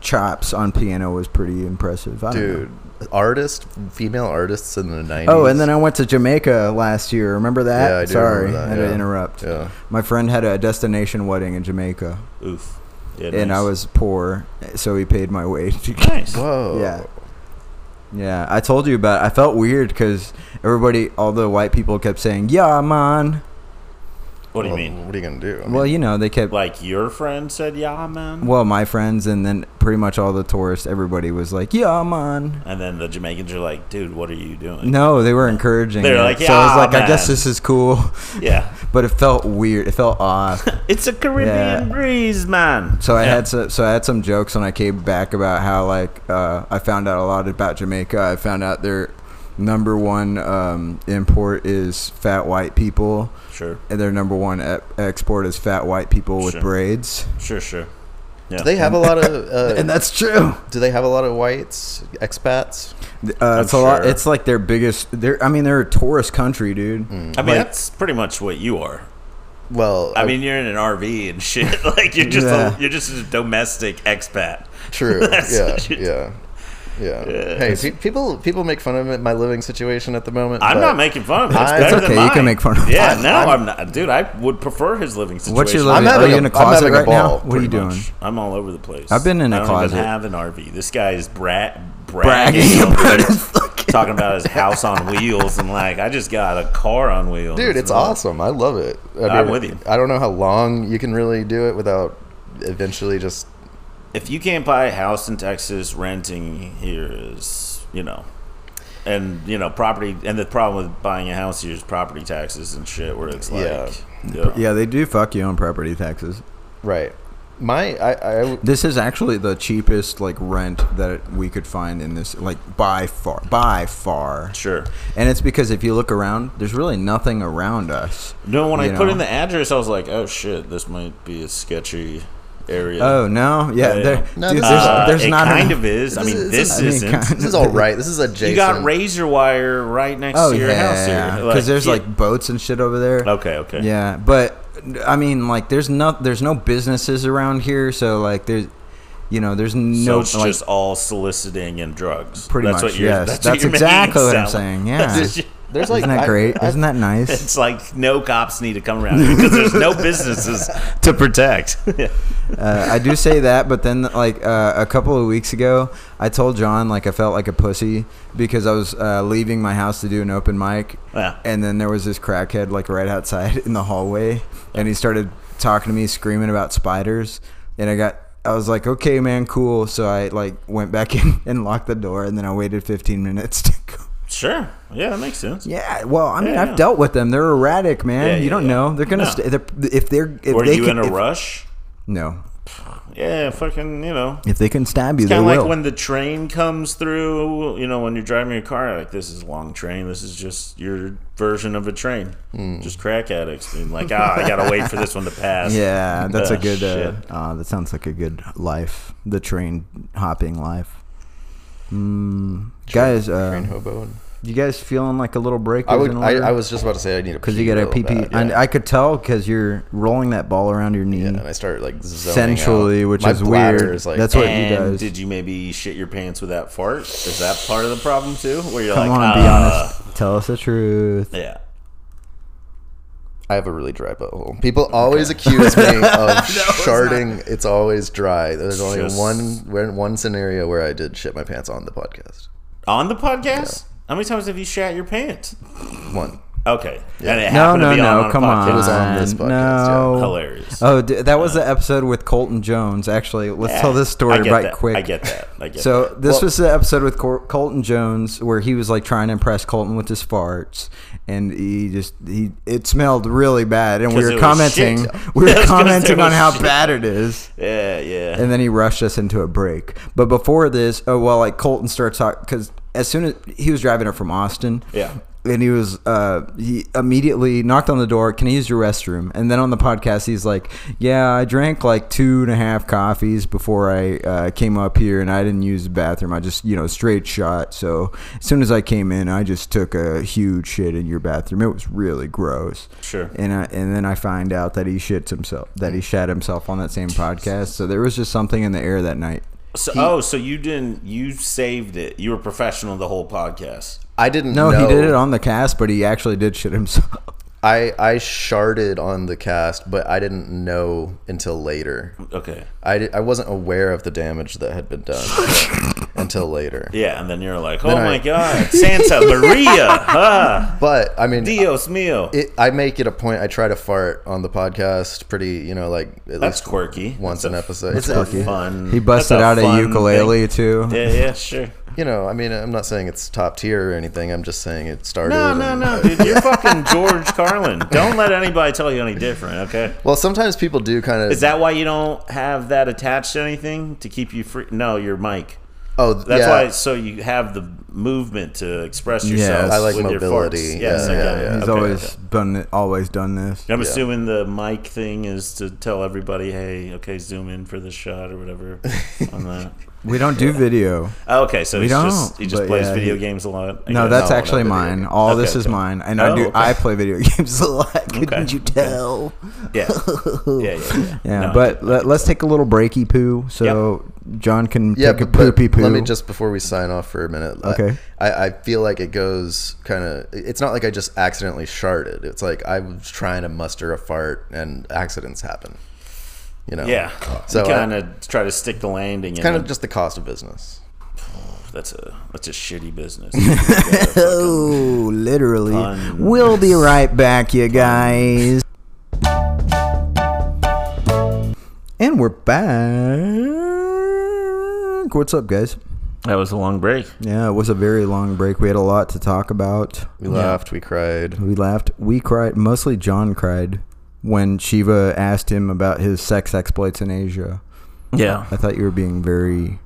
chops on piano was pretty impressive. I don't know.
Dude, artist, female artists in the 90s.
Oh, and then I went to Jamaica last year. Remember that?
Yeah, I do
Sorry,
remember that,
I had to
yeah.
interrupt.
Yeah.
My friend had a destination wedding in Jamaica,
Oof. Yeah,
and
nice.
I was poor, so he paid my way to
nice.
Whoa.
Yeah. Yeah, I told you about. It. I felt weird because everybody, all the white people, kept saying "Yeah, man."
What do you
Well,
mean?
What are you going to do? I
Well,
mean,
you know, they kept.
Like your friend said, "Yeah, man,"
Well, my friends, and then pretty much all the tourists, everybody was like "Yeah, man."
and then the Jamaicans are like, "Dude, what are you doing?"
No, they were encouraging.
They were
it.
like,
so I was
"Yeah,
like, I guess
man."
this is cool,
Yeah,
but it felt weird. It felt off.
it's a Caribbean
Yeah.
breeze, man.
So I
Yeah.
had so, so I had some jokes when I came back about how like uh, I found out a lot about Jamaica. I found out their number one um, import is fat white people.
sure,
and their number one e- export is fat white people with
Sure.
braids,
sure, sure.
do they have a lot of. Uh,
and that's true.
do they have a lot of whites, expats?
Th- Uh, it's a lot.
sure.
It's like their biggest. They're. I mean, they're a tourist country, dude.
I mean, that's pretty much what you are.
Well, uh,
I mean, you're in an RV and shit. Like you're just
Yeah.
a, you're just a domestic expat.
True.
That's
yeah,
what you-
yeah. Yeah. Hey, pe- people people make fun of it, my living situation at the moment.
I'm
but
not making fun of him. It's,
I-
better
It's
than
okay,
mine.
you can make fun of him.
Yeah,
I'm-
no,
I'm-
I'm, not, dude. I would prefer his living situation.
What's your
I'm
living? Are
having
you
a-
in a
I'm
closet
having a
right now?
ball,
What are you
pretty
doing?
much- I'm all over the place.
I've been in a
I don't even
closet.
have an RV. This guy is bra- bragging,
Bragging
over
about
there,
his fucking-
talking about his house on wheels and like I just got a car on wheels.
Dude, it's
And, uh,
awesome. I love it. I
I'm with you.
I don't know how long you can really do it without eventually just
If you can't buy a house in Texas, renting here is you know. And you know property, and the problem with buying a house here is property taxes and shit. Where it's like,
Yeah.
you know.
Yeah, they do fuck you on property taxes.
right. My I, I
This is actually the cheapest like rent that we could find in this like by far by far.
sure.
And it's because if you look around, there's really nothing around us.
No, when I
you
put
know?
in the address, I was like, "Oh shit, this might be a sketchy area."
Oh no, yeah,
Yeah.
there,
No,
dude,
this
there's,
is-
Uh,
there's
it
not
kind
enough-
of is. I
This
mean,
is-
this
I mean,
isn't.
kind
this is all right. This is adjacent.
You got razor wire right next
Oh
to your house
yeah,
here.
because there's
yeah.
like boats and shit over there.
okay, okay,
Yeah, but I mean, like, there's not there's no businesses around here, so like, there's you know, there's
So
no
it's
like
just all soliciting and drugs.
pretty
that's
much
What you're,
yes, that's,
what you're making it
exactly what I'm
sound
saying.
like.
Yeah,
That's
isn't
just-
There's like
that
I-
great?
I-
isn't that nice?
It's like no cops need to come around here because there's no businesses to protect.
uh, I do say that, but then like uh, a couple of weeks ago, I told John like I felt like a pussy because I was uh, leaving my house to do an open mic,
Yeah.
and then there was this crackhead like right outside in the hallway, and he started talking to me, screaming about spiders, and I got. I was like, okay, man, cool. So I like went back in and locked the door, and then I waited 15 minutes to go.
sure. Yeah, that makes sense.
Yeah, well, I mean,
Yeah,
I've
yeah.
dealt with them. They're erratic, man.
Yeah,
you
yeah,
don't
yeah.
know. They're gonna
No.
stay. They're, if they're if
Were
they
you
can,
in a
if-
rush?
No,
Yeah, fucking, you know,
if they can stab you, they
kind of like
will.
when the train comes through you know when you're driving your car like this is a long train this is just your version of a train
Hmm.
just crack addicts being like ah i gotta wait for this one to pass
Yeah, that's
Ah,
a good. Uh,
shit.
uh, that sounds like a good life. The train hopping life. Mm, guys,
Train
uh,
hobo and
You guys feeling like a little break?
I would. I, I was just about to say I need a
because you got a PP.
and
And I could tell because you're rolling that ball around your knee.
and I start like zoning
Centrally,
out.
which
My
is
bladder
weird.
Is like,
That's what he
And
does.
Did you maybe shit your pants with that fart? Is that part of the problem too? Where you're
Come
like,
on, be
"Uh,
honest. Tell us the truth.
Yeah.
I have a really dry butthole. People always accuse me of sharding. It's always dry. There's only
Just-
one one scenario where I did shit my pants on the podcast.
On the podcast? How many times have you shat your pants?
One.
Okay. And it
No,
happened
no,
to be on,
no.
on a
come
podcast.
on.
It was on this podcast,
No.
yeah.
Hilarious.
Oh, d- that was the episode with Colton Jones. Actually, let's tell this story
I get
right
that.
quick.
I get that. I get
So
that.
this was the episode with Cor- Colton Jones where he was like trying to impress Colton with his farts, and he just he it smelled really bad, and we
'Cause it
were
was
commenting
shit.
we were
I was gonna say it
commenting
was
on how
shit.
bad it is,
Yeah, yeah.
and then he rushed us into a break. But before this, oh well, like Colton starts talking because as soon as he was driving up from Austin,
Yeah.
and he was uh, he immediately knocked on the door. Can I use your restroom? And then on the podcast, he's like, "Yeah, I drank like two and a half coffees before I uh, came up here, and I didn't use the bathroom. I just you know straight shot. So as soon as I came in, I just took a huge shit in your bathroom. It was really gross.
Sure.
And I, and then I find out that he shits himself, that he shat himself on that same podcast. So there was just something in the air that night.
So, oh, so you didn't? You saved it. You were professional the whole podcast.
I didn't.
No,
Oh.
know.
he did it on the cast, but he actually did shit himself.
I I sharded on the cast, but I didn't know until later.
Okay.
I, di- I wasn't aware of the damage that had been done until later.
Yeah, and then you're like, oh
Then
my
I-
god, Santa Maria, ah,
But I mean,
Dios mio.
it, I make it a point. I try to fart on the podcast, pretty, you know, like at
That's
least
quirky.
once
That's
an
a-
episode.
That's
It's
a
a-
fun.
He busted out
that's
a
fun
ukulele
thing.
too.
Yeah, yeah, sure.
You know, I mean, I'm not saying it's top tier or anything. I'm just saying it started.
No, no,
and-
no, dude, you're fucking George Carlin. Don't let anybody tell you any different. Okay.
Well, sometimes people do kind of.
Is that why you don't have that attached to anything to keep you free? No, your mic.
Oh,
That's
yeah.
why. So you have the movement to express yourself.
I
like
with Your
mobility.
farts. Yes,
Yeah,
I get
yeah,
it.
yeah.
He's
Okay,
always
okay.
done it, always done this.
I'm assuming the mic thing is to tell everybody, hey, okay, zoom in for this shot or whatever on that.
We don't do video.
Oh, okay, so
We
he's just
don't,
he just
but
plays
yeah,
video
he-
games a lot. I
No,
guess.
that's
no,
actually
no video
mine.
game.
All
Okay,
this is
okay.
mine, and I
Oh,
do.
okay.
I play video games a lot. Couldn't
Okay,
you
okay.
tell?
yeah, yeah, yeah.
Yeah,
No,
but let, us take a little breaky poo so John can
Yeah,
take a
but- but
poopy poo.
Let me just before we sign off for a minute. I-
Okay.
I, I feel like it goes kind of. It's not like I just accidentally sharded. It's like I was trying to muster a fart and accidents happen. You know.
yeah.
So uh,
So
I-
kind of try to stick the landing.
Kind of
and
just the cost of business.
that's a that's a shitty business. You gotta fucking-
Oh, literally.
Puns.
We'll be right back, you guys. And we're back. What's up, guys?
that was a long break.
Yeah, it was a very long break. We had a lot to talk about.
We laughed. We cried.
We laughed. We cried. Mostly John cried when Shiva asked him about his sex exploits in Asia.
Yeah,
I thought you were being very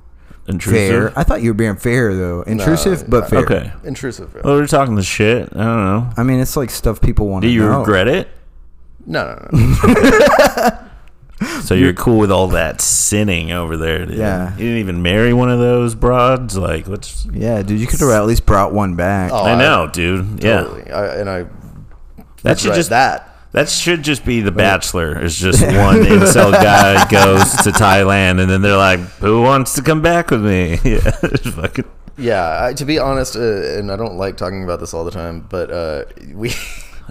intrusive. uh,
fair. I thought you were being fair, though. Intrusive, but fair.
Okay.
Intrusive. yeah.
Well, we we're talking the shit. I don't know.
I mean, it's like stuff people want
Do
to
you
know.
regret it?
No, no, no.
So you're cool with all that sinning over there, dude.
Yeah.
You didn't even marry one of those broads. Like, what's?
Yeah, dude, you could have at least brought one back.
Oh,
I know, dude. Yeah,
Totally. I, and I.
that should
regret
just that.
that.
should just be the Bachelor. Is just one incel guy goes to Thailand, and then they're like, "Who wants to come back with me?" Yeah, it's fucking.
Yeah, I, to be honest, uh, and I don't like talking about this all the time, but uh, we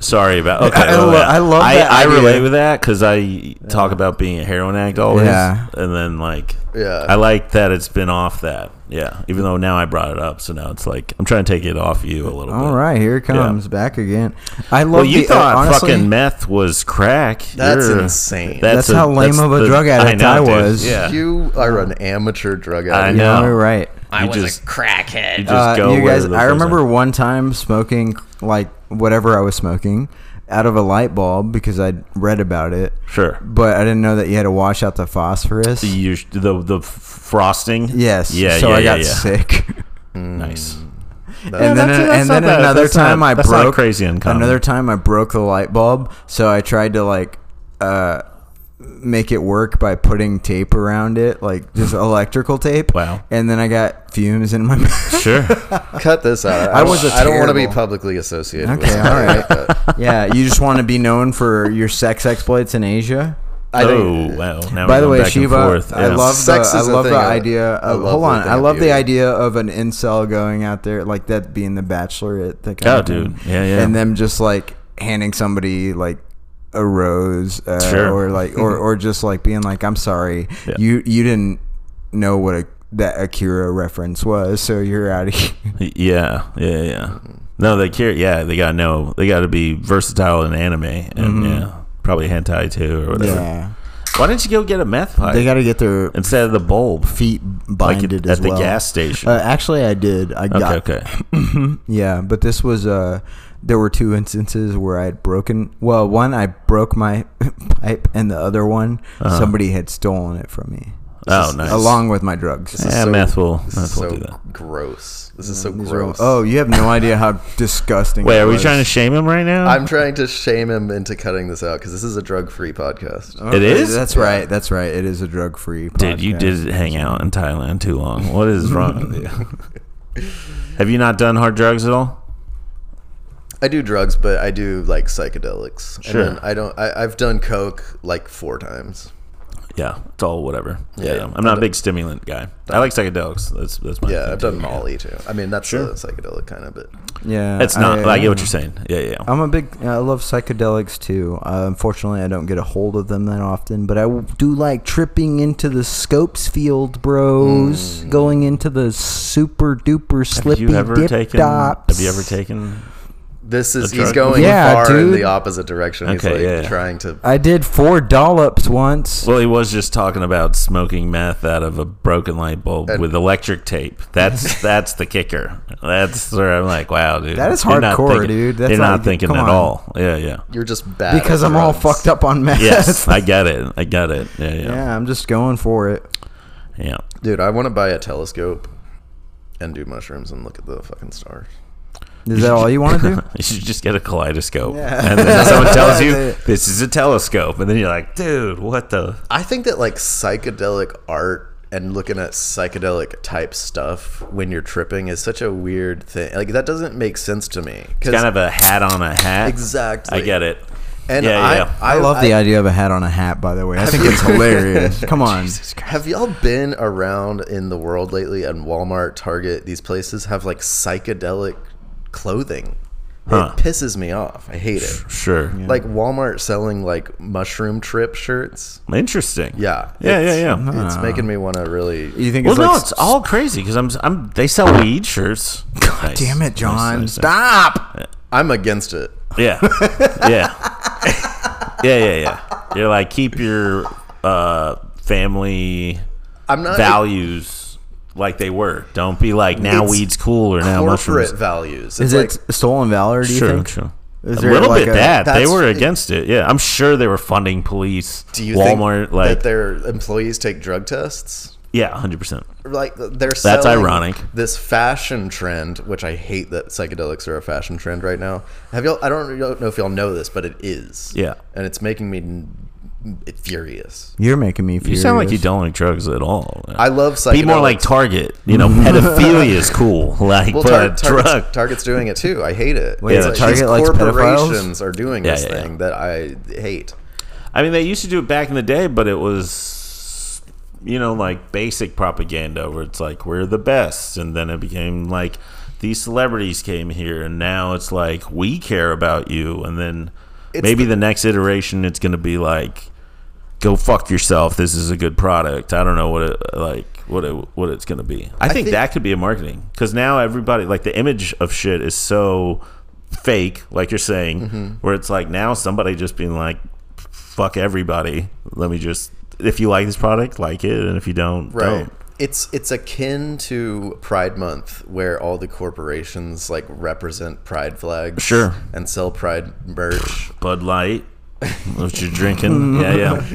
Sorry about. Okay,
I lo-
yeah.
I love that
I,
idea.
relate with that because I talk about being a heroin addict always,
Yeah.
and then like,
Yeah.
I like that it's been off that. Yeah, even though now I brought it up, so now it's like I'm trying to take it off you a little bit.
All right, here it comes back again. I love
Well, you
the,
thought
uh, honestly,
fucking meth was crack.
That's insane.
That's how lame of a drug addict I
dude.
was.
Yeah, you,
you are an amateur drug
I
addict.
know.
Yeah, you're right.
I was
just-
a crackhead.
just
Uh,
go.
you
where
guys,
the
I
things
remember
are.
one time smoking like whatever I was smoking out of a light bulb because I'd read about it,
Sure.
but I didn't know that you had to wash out the phosphorus.
You, the the frosting.
yes.
Yeah.
So
yeah,
I
yeah,
got
yeah.
sick.
Nice.
and then,
that's- that's
and
not
then
bad.
another
That's
time
not-
I
that's not
broke
crazy uncommon.
Another time I broke the light bulb, so I tried to like uh make it work by putting tape around it, like just electrical tape.
Wow.
And then I got fumes in my mouth.
Sure.
Cut this out.
I
I,
was
was.
a
I don't want to be
terrible-
publicly associated. with
Okay, all
somebody like
right.
that.
yeah, you just want to be known for your sex exploits in Asia.
I
oh
think-
wow. Now
By
we're
the
going
way,
back and
Shiva,
forth.
I
Yeah.
love the,
Sex
I
is a
love the
thing I-
idea
I
of
love
hold
the
on,
thing
I
I
love
do.
the idea of an incel going out there like that being the bachelorette. That kind
Oh,
of thing.
dude. Yeah, yeah.
And them just like handing somebody like a rose, uh,
Sure.
or like or or just like being like, I'm sorry,
Yeah.
you you didn't know what a that Akira reference was, so you're out of here.
Yeah, yeah, yeah. No, they care. Yeah, they gotta know. They gotta be versatile in anime, and yeah, probably hentai too or whatever.
Mm-hmm. yeah,
Why didn't you go get a meth pipe
they got to get their
instead of the bulb?
feet
Like
binded
at,
as
at the
well.
gas station.
Uh, actually, I did. I
okay,
got
okay.
Yeah, but this was uh there were two instances where I had broken well, one I broke my pipe and the other one
Uh-huh.
somebody had stolen it from me.
Oh, nice.
Along with my drugs.
is
yeah,
so-
meth will
This
meth
is
will
so
do that.
gross. This is so
These are all-
gross.
Oh, you have no idea how disgusting.
Wait,
it
are we
was.
trying to shame him right now?
I'm trying to shame him into cutting this out because this is a drug-free podcast.
Okay,
It is?
Oh, That's right. That's right. It is a drug free.
Dude, you did hang out in Thailand too long. What is wrong with you? Have you not done hard drugs at all?
I do drugs, but I do like psychedelics.
Sure.
And then I don't. I, I've done coke like four times.
Yeah, it's all whatever. Yeah,
Yeah.
I'm not a big stimulant guy. I like psychedelics. That's that's my
Yeah,
thing,
I've done
too.
Molly too. I mean, that's
Sure.
a psychedelic kind of, but
Yeah.
It's not.
I-
I, get what you're saying. Yeah, yeah.
I'm a big. I love psychedelics too. Uh, unfortunately, I don't get a hold of them that often, but I w- do like tripping into the scopes field, bros. Going into the super duper
Mm. Have
slippy
you ever
dip
taken?
dops.
Have you ever taken?
this is
A
he's
drug?
going
Yeah,
far in
dude.
the opposite direction.
Okay,
he's
yeah,
like
yeah.
trying to.
I did four dollops once.
Well, he was just talking about smoking meth out of a broken light bulb
And-
with electric tape. That's that's the kicker. That's where I'm like, wow, dude.
That is
You're not
hardcore,
thinking-
dude. That's
you're
like-
not thinking
come
at
on.
all. Yeah, yeah.
You're just bad at
because I'm all
drugs.
fucked up on meth.
Yes, I get it. I get it. Yeah, yeah,
yeah, I'm just going for it.
yeah.
dude. I want to buy a telescope and do mushrooms and look at the fucking stars.
Is that all you want to do?
You should just get a kaleidoscope,
Yeah.
and then someone tells you this is a telescope, and then you're like, dude, what the?
I think that like psychedelic art and looking at psychedelic type stuff when you're tripping is such a weird thing. Like that doesn't make sense to me. Cause,
Kind of a hat on a hat.
exactly.
I get it.
And
yeah,
I,
yeah.
I love
I-
the idea of a hat on a hat. By the way, I think it's hilarious. Come on.
Have y'all been around in the world lately? And Walmart, Target, these places have like psychedelic clothing.
Huh.
It pisses me off. I hate it.
Sure.
Like Walmart selling like mushroom trip shirts.
Interesting.
Yeah.
Yeah,
It's-
yeah, yeah.
It's making me want to really.
You think?
Well,
it's
no,
like,
it's all crazy because I'm, I'm. They sell weed shirts. God
Damn it, John!
nice, nice.
Stop.
I'm against it.
Yeah, yeah, yeah, yeah, yeah. You're like keep your uh, family
I'm not
values like they were. Don't be like now
It's
weed's cool or now
corporate
mushrooms.
values.
Is
It's like,
it stolen valor? Do you
Sure,
think?
sure.
Is
a
there
little
like
bit
a-
that they
that's-
were against it. Yeah, I'm sure they were funding police,
do you
Walmart.
think
like,
that their employees take drug tests?
yeah, hundred percent.
Like they're selling
ironic.
This fashion trend, which I hate that psychedelics are a fashion trend right now. Have y'all? I don't, don't know if y'all know this, but it is.
Yeah.
and it's making me n- furious.
You're making me
You
furious.
sound like you don't like drugs at all.
I love psychedelics.
be more like uh, Target. You know, pedophilia is cool. Like,
Well, Tar-
but
Target's,
drug.
Target's doing it too. I hate it.
Wait,
It's
Yeah,
Target
these
likes pedophiles?
corporations are doing
Yeah,
this
yeah, yeah.
thing that I hate.
I mean, they used to do it back in the day, but it was, you know, like basic propaganda where it's like, we're the best. And then it became like, these celebrities came here, and now it's like, we care about you. And then
It's
maybe the next iteration, it's going to be like, go fuck yourself. This is a good product. I don't know what it like what it, what it's gonna be. I, think,
think-
that could be a marketing because now everybody like the image of shit is so fake, like you're saying,
Mm-hmm.
where it's like now somebody just being like, fuck everybody. Let me just if you like this product, like it, and if you don't, don't.
It's it's akin to Pride Month, where all the corporations like represent pride flags,
Sure.
and sell pride merch.
Bud Light, what you're drinking, yeah, yeah,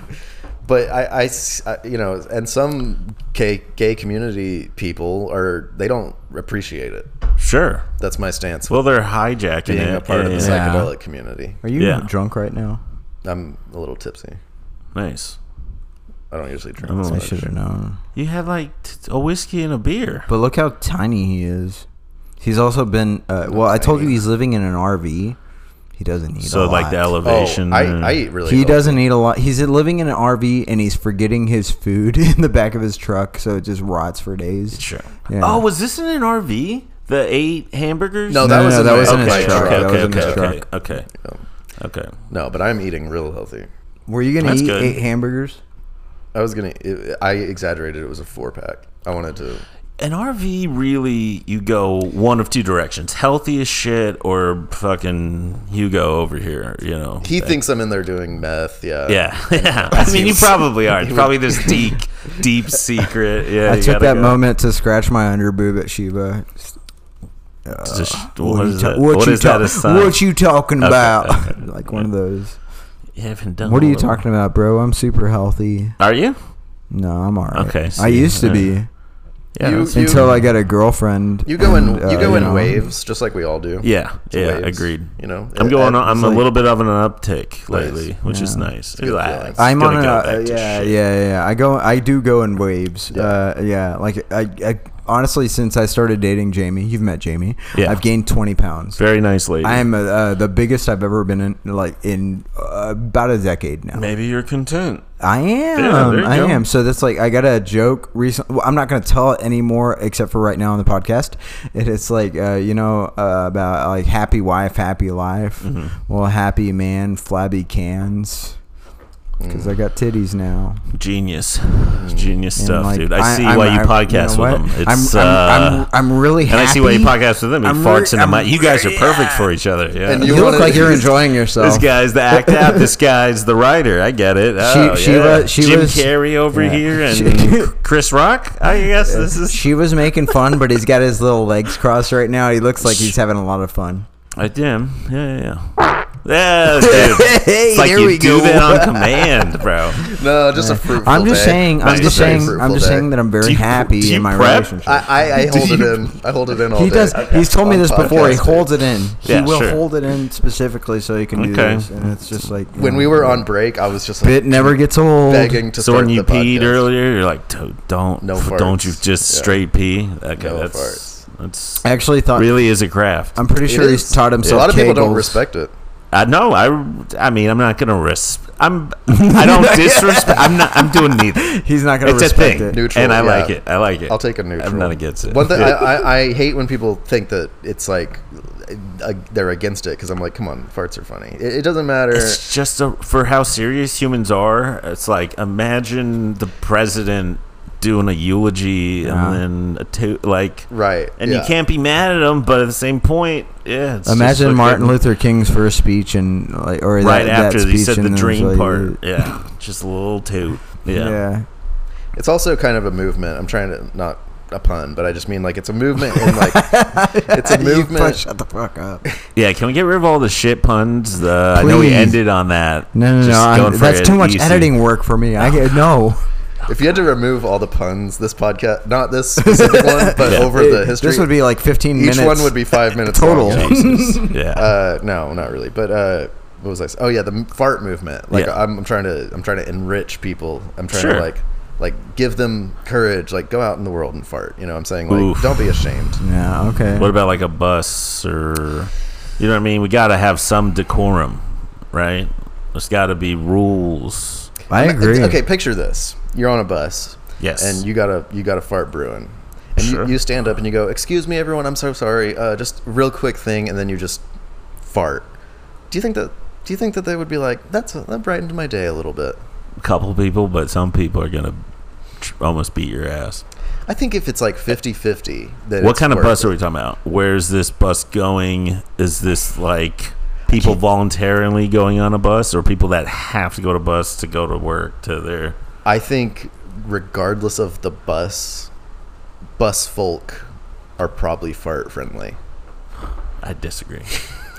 But I- I, s- I- you know, and some gay gay community people are they don't appreciate it.
sure.
That's my stance.
Well, they're hijacking
being
it.
a part of the
Yeah,
Yeah.
psychedelic community,
Are you
Yeah.
drunk right now?
I'm a little tipsy.
Nice.
I don't usually drink.
I'm
this
only
I
much.
should have known.
You had like t- a whiskey and a beer.
But look how tiny he is. He's also been. Uh, well, I told you he's living in an RV. He doesn't eat. a
So like
lot.
the
Oh,
elevation.
I,
uh,
I eat really.
He
healthy.
doesn't eat a lot. He's living in an RV and he's forgetting his food in the back of his truck, so it just rots for days.
Sure.
Yeah.
Oh, was this in an RV? The eight hamburgers?
No,
No,
that
no,
was
no,
in
that
the-
was in his
okay,
okay,
truck.
okay,
that was
okay,
in his
okay, okay,
truck.
okay, okay.
No, but I'm eating real healthy.
Were you gonna
That's
eat
good.
eight hamburgers?
I was gonna. It, I exaggerated. It was a four pack. I wanted to.
An RV really, you go one of two directions: healthy as shit, or fucking Hugo over here. You know.
He thinks I'm in there doing meth. Yeah.
Yeah, yeah. I mean, you
seems-
probably are. It's probably this deep, deep secret. Yeah,
I
you
took
gotta
that
go.
moment to scratch my underboob at Sheba.
Just-
What
Uh, what
you
is
ta-
that?
what
What
you
is that
ta-
a sign?
What you talking
Okay,
about?
okay,
like one of those.
You haven't done.
What are
all
you
of them.
talking about, bro? I'm super healthy.
Are you?
No, I'm alright.
Okay,
I
see,
used to
uh,
be
Yeah.
You-
that's-
you-
until I got a girlfriend.
You go in.
Mm,
and, uh,
you go in
know,
waves, just like we all do.
yeah.
It's
Yeah.
waves,
Agreed.
You know.
I'm
It-
going.
it-
on, I'm
it's
a
like-
little bit of an uptick lately, which is
Yeah.
nice.
a good
Relax.
feeling.
It's
I'm
gonna
on a
go
uh,
back to
yeah,
shit.
yeah, yeah. I go, I do go in waves. Yeah, uh, yeah. Like I, I, honestly, since I started dating Jamie, you've met Jamie.
Yeah.
I've gained 20 pounds.
Very nice lady.
I am uh, uh, the biggest I've ever been in, like in uh, about a decade now.
Maybe you're content.
I am.
Yeah, there you
I
go.
am. So that's like I got a joke recently. Well, I'm not going to tell it anymore, except for right now on the podcast. It, it's like uh, you know uh, about like happy wife, happy life.
Mm-hmm.
Well, happy man, flabby cans.
Mm.
Because I got titties now.
Genius, genius
And,
stuff,
like,
dude. I, see
I'm-
why you
I'm-
podcast
know what?
with him. It's
I'm, I'm,
uh,
I'm, I'm really happy.
and I see why you podcast with him. He
I'm
farts
re-
in the
I'm-
mic. You guys are perfect
yeah.
for each other. Yeah.
And
You,
You
look
wanna-
like you're enjoying yourself.
This guy's the act out. This guy's the writer. I get it. Oh,
she
yeah.
was- she
Jim
was-
Carrey over
yeah.
here and
She-
Chris Rock. I guess this is.
She was making fun, but he's got his little legs crossed right now. He looks like he's having a lot of fun.
I Jim. Yeah, yeah, yeah. Yeah, dude.
Hey,
It's like
there
you
we
do
go.
that on command, bro.
No, just a fruitful.
I'm just
day.
saying. I'm
Nice.
just
Nice.
saying.
Fruitful
I'm just
day.
saying that I'm very
Do you-
happy
do you
in my
prep?
relationship.
I, I, I hold it
you-
in. I hold it in all
he
day.
does. He's told me
On
this before. He
podcast,
holds
dude.
it in. He
Yeah,
will
sure.
hold it in specifically so he can do
Okay.
this. And it's just like you
When
know,
we were on break, I was just like
bit never gets old.
begging to
So
start
when you
the
peed
podcast.
earlier, you're like, "Dude, don't,
No
f- don't
farts.
you just
Yeah.
straight pee? Okay,
No
that's that's
I actually thought.
really is a craft.
I'm pretty
It
sure
is.
he's taught himself.
A lot of people
Kegels.
don't respect it.
I know. I, I mean, I'm not gonna risk. I'm. I don't disrespect. I'm not. I'm doing neither.
He's not going to
It's a
respect
thing,
it.
Neutral,
and I
yeah.
like it. I like it.
I'll take a neutral.
I'm not against it.
One thing I, I, I hate when people think that it's like uh, they're against it because I'm like, come on, farts are funny. It, it doesn't matter.
It's just a, for how serious humans are. It's like imagine the president doing a eulogy
Yeah.
and then a to, like,
right.
and
yeah.
you can't be mad at him, but at the same point, yeah. It's just
Imagine
fucking-
Martin Luther King's first speech and like or
right
that,
after
that
he
speech
said
and
the
then it was
dream
like, uh,
part. Yeah, just a little toot. Yeah.
yeah.
It's also kind of a movement. I'm trying to not a pun, but I just mean like it's a movement and like it's a
You
movement.
Shut the fuck up.
Yeah, can we get rid of all the shit puns? The, I know we
Please.
ended on that.
No, no,
Just E
no.
going
I'm,
for
that's
it
too much
easy.
editing work for me. I get no.
If you had to remove all the puns, this podcast, not this specific one, but
Yeah.
over the history,
This would be like 15
each
minutes.
one would be five minutes
total.
long.
Jesus. Yeah.
Uh, no, not really. But uh, what was I? s- Oh yeah, the m- fart movement. Like
Yeah.
I'm, I'm trying to, I'm trying to enrich people. I'm trying
Sure.
to like, like give them courage. Like go out in the world and fart. You know, what I'm saying like,
Oof.
don't be ashamed.
Yeah. Okay.
What about like a bus or you know what I mean? We gotta have some decorum, right? There's gotta be rules.
I agree.
Okay, picture this: you're on a bus,
Yes.
and you got a you got a fart brewing, and
Sure.
you, you stand up and you go, "Excuse me, everyone, I'm so sorry. Uh, just real quick thing," and then you just fart. Do you think that? Do you think that they would be like, "That's that brightened my day a little bit"?
a couple people, but some people are gonna tr- almost beat your ass.
I think if it's like 50-50, that
what
it's
kind of
worth
bus
it.
are we talking about? Where's this bus going? Is this like people voluntarily going on a bus or people that have to go to bus to go to work to their
I think, regardless of the bus, bus folk are probably fart friendly.
I disagree.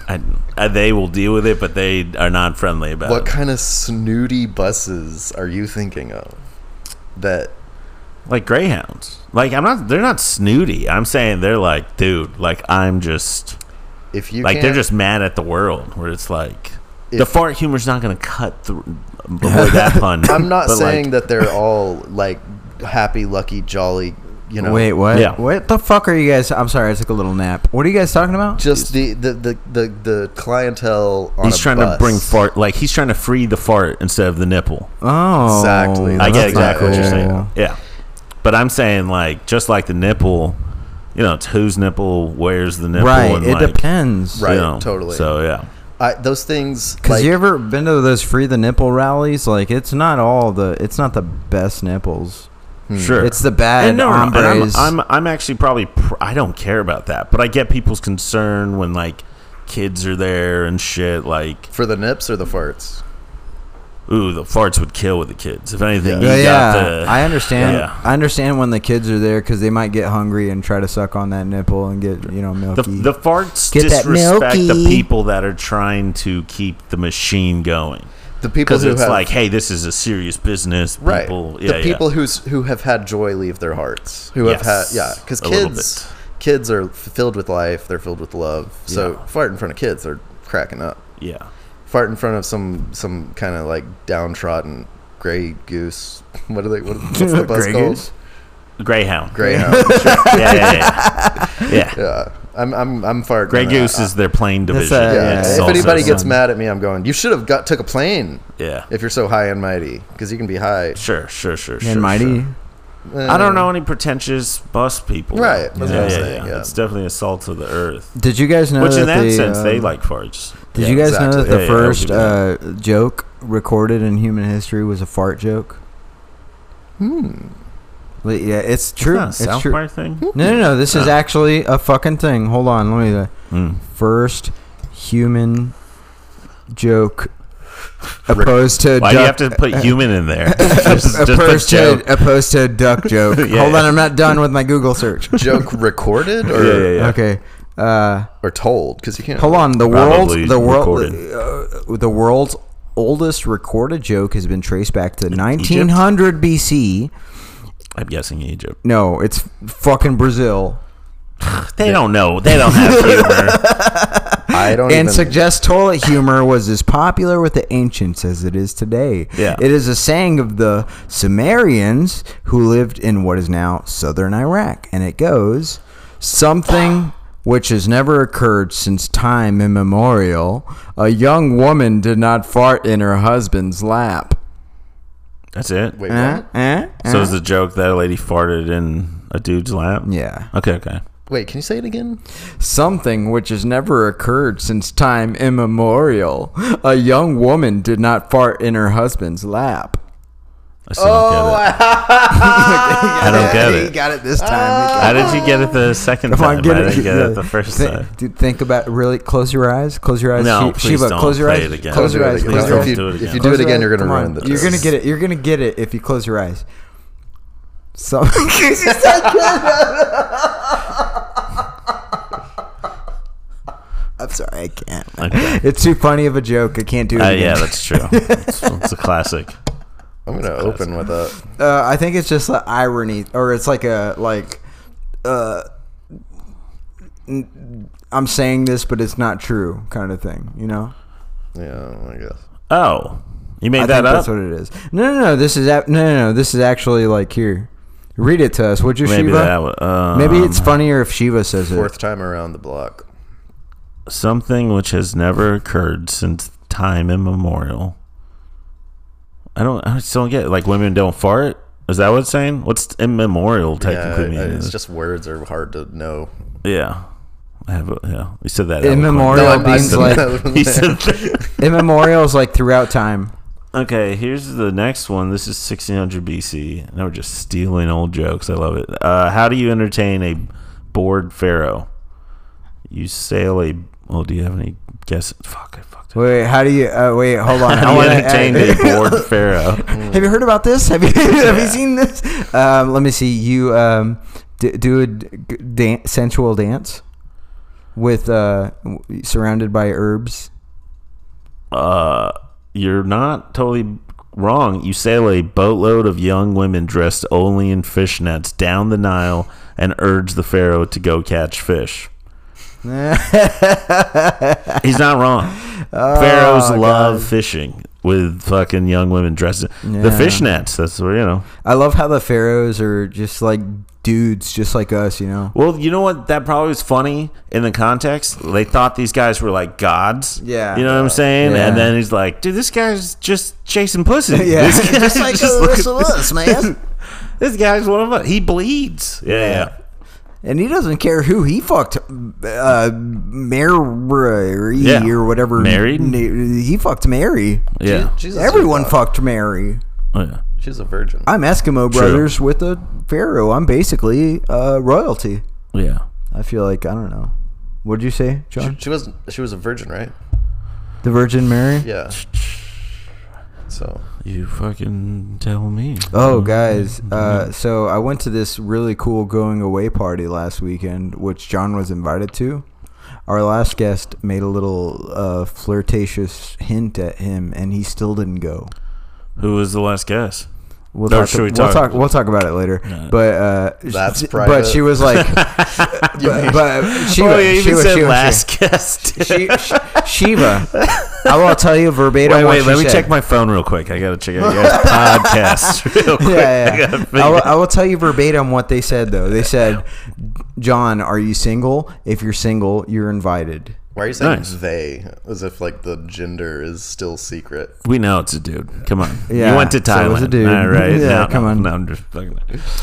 I, I, they will deal with it, but they are not friendly about
What
it.
kind of snooty buses are you thinking of? That
like greyhounds. Like I'm not. They're not snooty. I'm saying they're like, dude. Like I'm just
if you
like they're
can't-
just mad at the world. Where it's like, the fart humor's not going to cut through. Avoid that pun.
I'm not
But, like,
saying that they're all like happy, lucky, jolly. You know,
Wait, what?
Yeah.
What the fuck are you guys? I'm sorry, I took a little nap. What are you guys talking about?
Just the the the the, the clientele. On
He's
a
trying
bus.
to bring fart, like he's trying to free the fart instead of the nipple.
Oh,
Exactly.
I get
that's not
exactly what you're
cool.
saying. Yeah, but I'm saying like just like the nipple, you know, it's whose nipple, where's the nipple,
Right.
and,
It
like,
depends.
you
Right,
know,
totally.
So yeah,
I, those things.
Cause
like,
you ever been to those free the nipple rallies? Like it's not all the it's not the best nipples.
hmm,
sure.
It's the bad
And no, no, and
hombres.
I'm, I'm I'm actually probably pr- I don't care about that, but I get people's concern when like kids are there and shit. Like,
for the nips or the farts?
ooh, the farts would kill with the kids. If anything,
yeah,
you
yeah.
got the.
I understand.
Yeah.
I understand when the kids are there because they might get hungry and try to suck on that nipple and get you know
the,
milky.
the farts
Get that
disrespect the
milky.
people that are trying to keep the machine going.
The people
because
who
it's
have
like, hey, this is a serious business.
right.
People, yeah,
the people
yeah.
who's who have had joy leave their hearts. Who have
Yes,
had yeah? Because
a little
kids kids are f- filled with life. They're filled with love. So
Yeah.
fart in front of kids, they're cracking up.
yeah,
Fart in front of some some kind of like downtrodden gray goose. What are they? What, what's the bus
Grey
called?
goose?
Greyhound.
Greyhound.
yeah, yeah, yeah. yeah.
yeah, I'm I'm I'm farting.
Grey
on that.
Goose is their plane division.
uh,
Yeah,
It's
if
also
anybody gets
some-
mad at me, I'm going. You should have got took a plane
yeah.
if you're so high and mighty, because you can be high.
Sure, sure, sure, sure.
and mighty.
sure. I don't know any pretentious bus people.
Right, that's
Yeah,
what
yeah,
I'm
yeah,
saying, yeah.
It's definitely a salt of the earth.
Did you guys know?
Which, in that
the,
sense, they
uh,
like farts.
Did
Yeah,
you guys know
exactly.
that the
Yeah, yeah,
first
LGBT.
uh, joke recorded in human history was a fart joke?
Hmm.
But yeah, it's true.
Isn't that a
It's
South
true.
Park thing.
No, no, no. This is
Huh.
actually a fucking thing. Hold on. Let me. Uh,
Mm.
first human joke opposed to duck,
Why do you have to put human in there? just, just put
opposed
joke.
to opposed to duck joke.
Yeah,
Hold on,
yeah.
I'm not done with my Google search.
Joke recorded or
Yeah, yeah, yeah.
Okay. Uh,
or told because you can't.
hold on. The world's
Probably
the world
recorded.
uh, the world's oldest recorded joke has been traced back to 1900 BC.
I'm guessing Egypt.
No, it's fucking Brazil.
They don't know. They don't have humor.
I don't
and
even.
suggests toilet humor was as popular with the ancients as it is today.
Yeah.
It is a saying of the Sumerians who lived in what is now southern Iraq. And it goes something which has never occurred since time immemorial a young woman did not fart in her husband's lap.
That's it.
wait,
Eh?
what?
Eh? Eh?
So is the joke that a lady farted in a dude's lap?
yeah.
Okay, okay.
wait, can you say it again?
Something which has never occurred since time immemorial. A young woman did not fart in her husband's lap.
I still
Oh,
don't get it. I don't get
He
it.
got it this time.
How did you get it the second
Come
time?
on, get
I
it.
didn't get
Yeah.
it the first
Thi-
time.
Dude, think about really close your eyes. Close your eyes. Sheba,
No, please
Sheba,
don't
close your
play
eyes.
it again.
Close your
Don't
eyes.
do it
Close
again.
your
Don't
if
eyes.
do
you,
it
if you
again.
do
Close
it
your
again,
eyes.
you're gonna
Come on.
ruin the.
You're
joke.
gonna get it. You're gonna get it if you close your eyes. So she said I'm sorry, I can't.
Okay.
It's too funny of a joke. I can't do it.
Uh,
again.
yeah, that's true. It's, it's a classic.
I'm gonna open with a.
uh, I think it's just the irony, or it's like a like. Uh, n- I'm saying this, but it's not true, kind of thing. You know,
Yeah, I guess.
Oh, you made
I
that
think
up?
that's what it is. No, no, no. This is ap- no, no, no. This is actually like here. Read it to us, would you,
Maybe
Shiva?
that. wa- Um,
Maybe it's funnier if Shiva says it.
Fourth time around the block.
something which has never occurred since time immemorial. I don't. I just don't get. It. Like women don't fart. Is that what it's saying? What's immemorial
Yeah,
technically
I- I-
mean?
it's just words are hard to know.
yeah. I have. A, yeah, you said that.
Immemorial
No, I'm- I
means
said
like
that.
eloquently. He said that.
immemorial is like throughout time.
Okay, here's the next one. This is 1600 BC. Now we're just stealing old jokes. I love it. Uh, how do you entertain a bored pharaoh? You sail a. Well, do you have any guess? Fuck, I fucked up.
Wait, how do you? Uh, wait, hold on. I
How do you
wanna-
entertain
I-
a bored pharaoh?
Have you heard about this? Have you have you seen this? Um, let me see. You um, d- do a d- g- dan- sensual dance with uh, w- surrounded by herbs.
Uh, you're not totally wrong. You sail a boatload of young women dressed only in fishnets down the Nile and urge the pharaoh to go catch fish. He's not wrong.
Oh
Pharaohs love fishing with fucking young women dressed in the
Yeah.
fishnets. That's where you know.
I love how the pharaohs are just like dudes, just like us, you know.
Well, you know what? That probably was funny in the context. They thought these guys were like gods.
Yeah.
You know what I'm saying?
Yeah.
And then he's like, dude, this guy's just chasing pussy.
Yeah.
This guy's
Just like the
look
rest
at
of us, man.
This guy's one of us. He bleeds. Yeah. yeah.
And he doesn't care who he fucked, uh, Mary
Yeah.
or whatever.
Married?
na- He fucked Mary.
Yeah.
She's a
Everyone
sweetheart.
fucked Mary.
Oh, yeah.
She's a virgin.
I'm Eskimo brothers with a pharaoh. I'm basically uh, royalty.
Oh, Yeah.
I feel like I don't know. What'd you say, John?
she was she was a virgin, right?
The Virgin Mary.
Yeah. So
You fucking tell me.
Oh, guys. Uh, so I went to this really cool going away party last weekend, which John was invited to. Our last guest made a little uh, flirtatious hint at him, and he still didn't go.
Who was the last guest?
We'll,
Or
talk,
should we
we'll
talk-
talk. We'll talk about it later.
No.
But uh,
That's
she,
private.
But she was like, but, but Shiva.
oh, yeah, you
Shiva,
even said
Shiva,
last guest.
Shiva. She- Sh- Shiva. I will tell you verbatim.
Wait,
what
wait,
she
let me
said.
check my phone real quick. I gotta check out your guys' podcast real quick.
yeah,
I
yeah.
gotta
I,
figure-
will, I will tell you verbatim what they said though. They said, "John, are you single? If you're single, you're invited."
why are you saying
Nice.
they as if like the gender is still secret?
we know it's a dude. Come on.
Yeah,
you went to
so it
Thailand.
was a dude.
All right.
Yeah,
no,
come on.
No, I'm just fucking.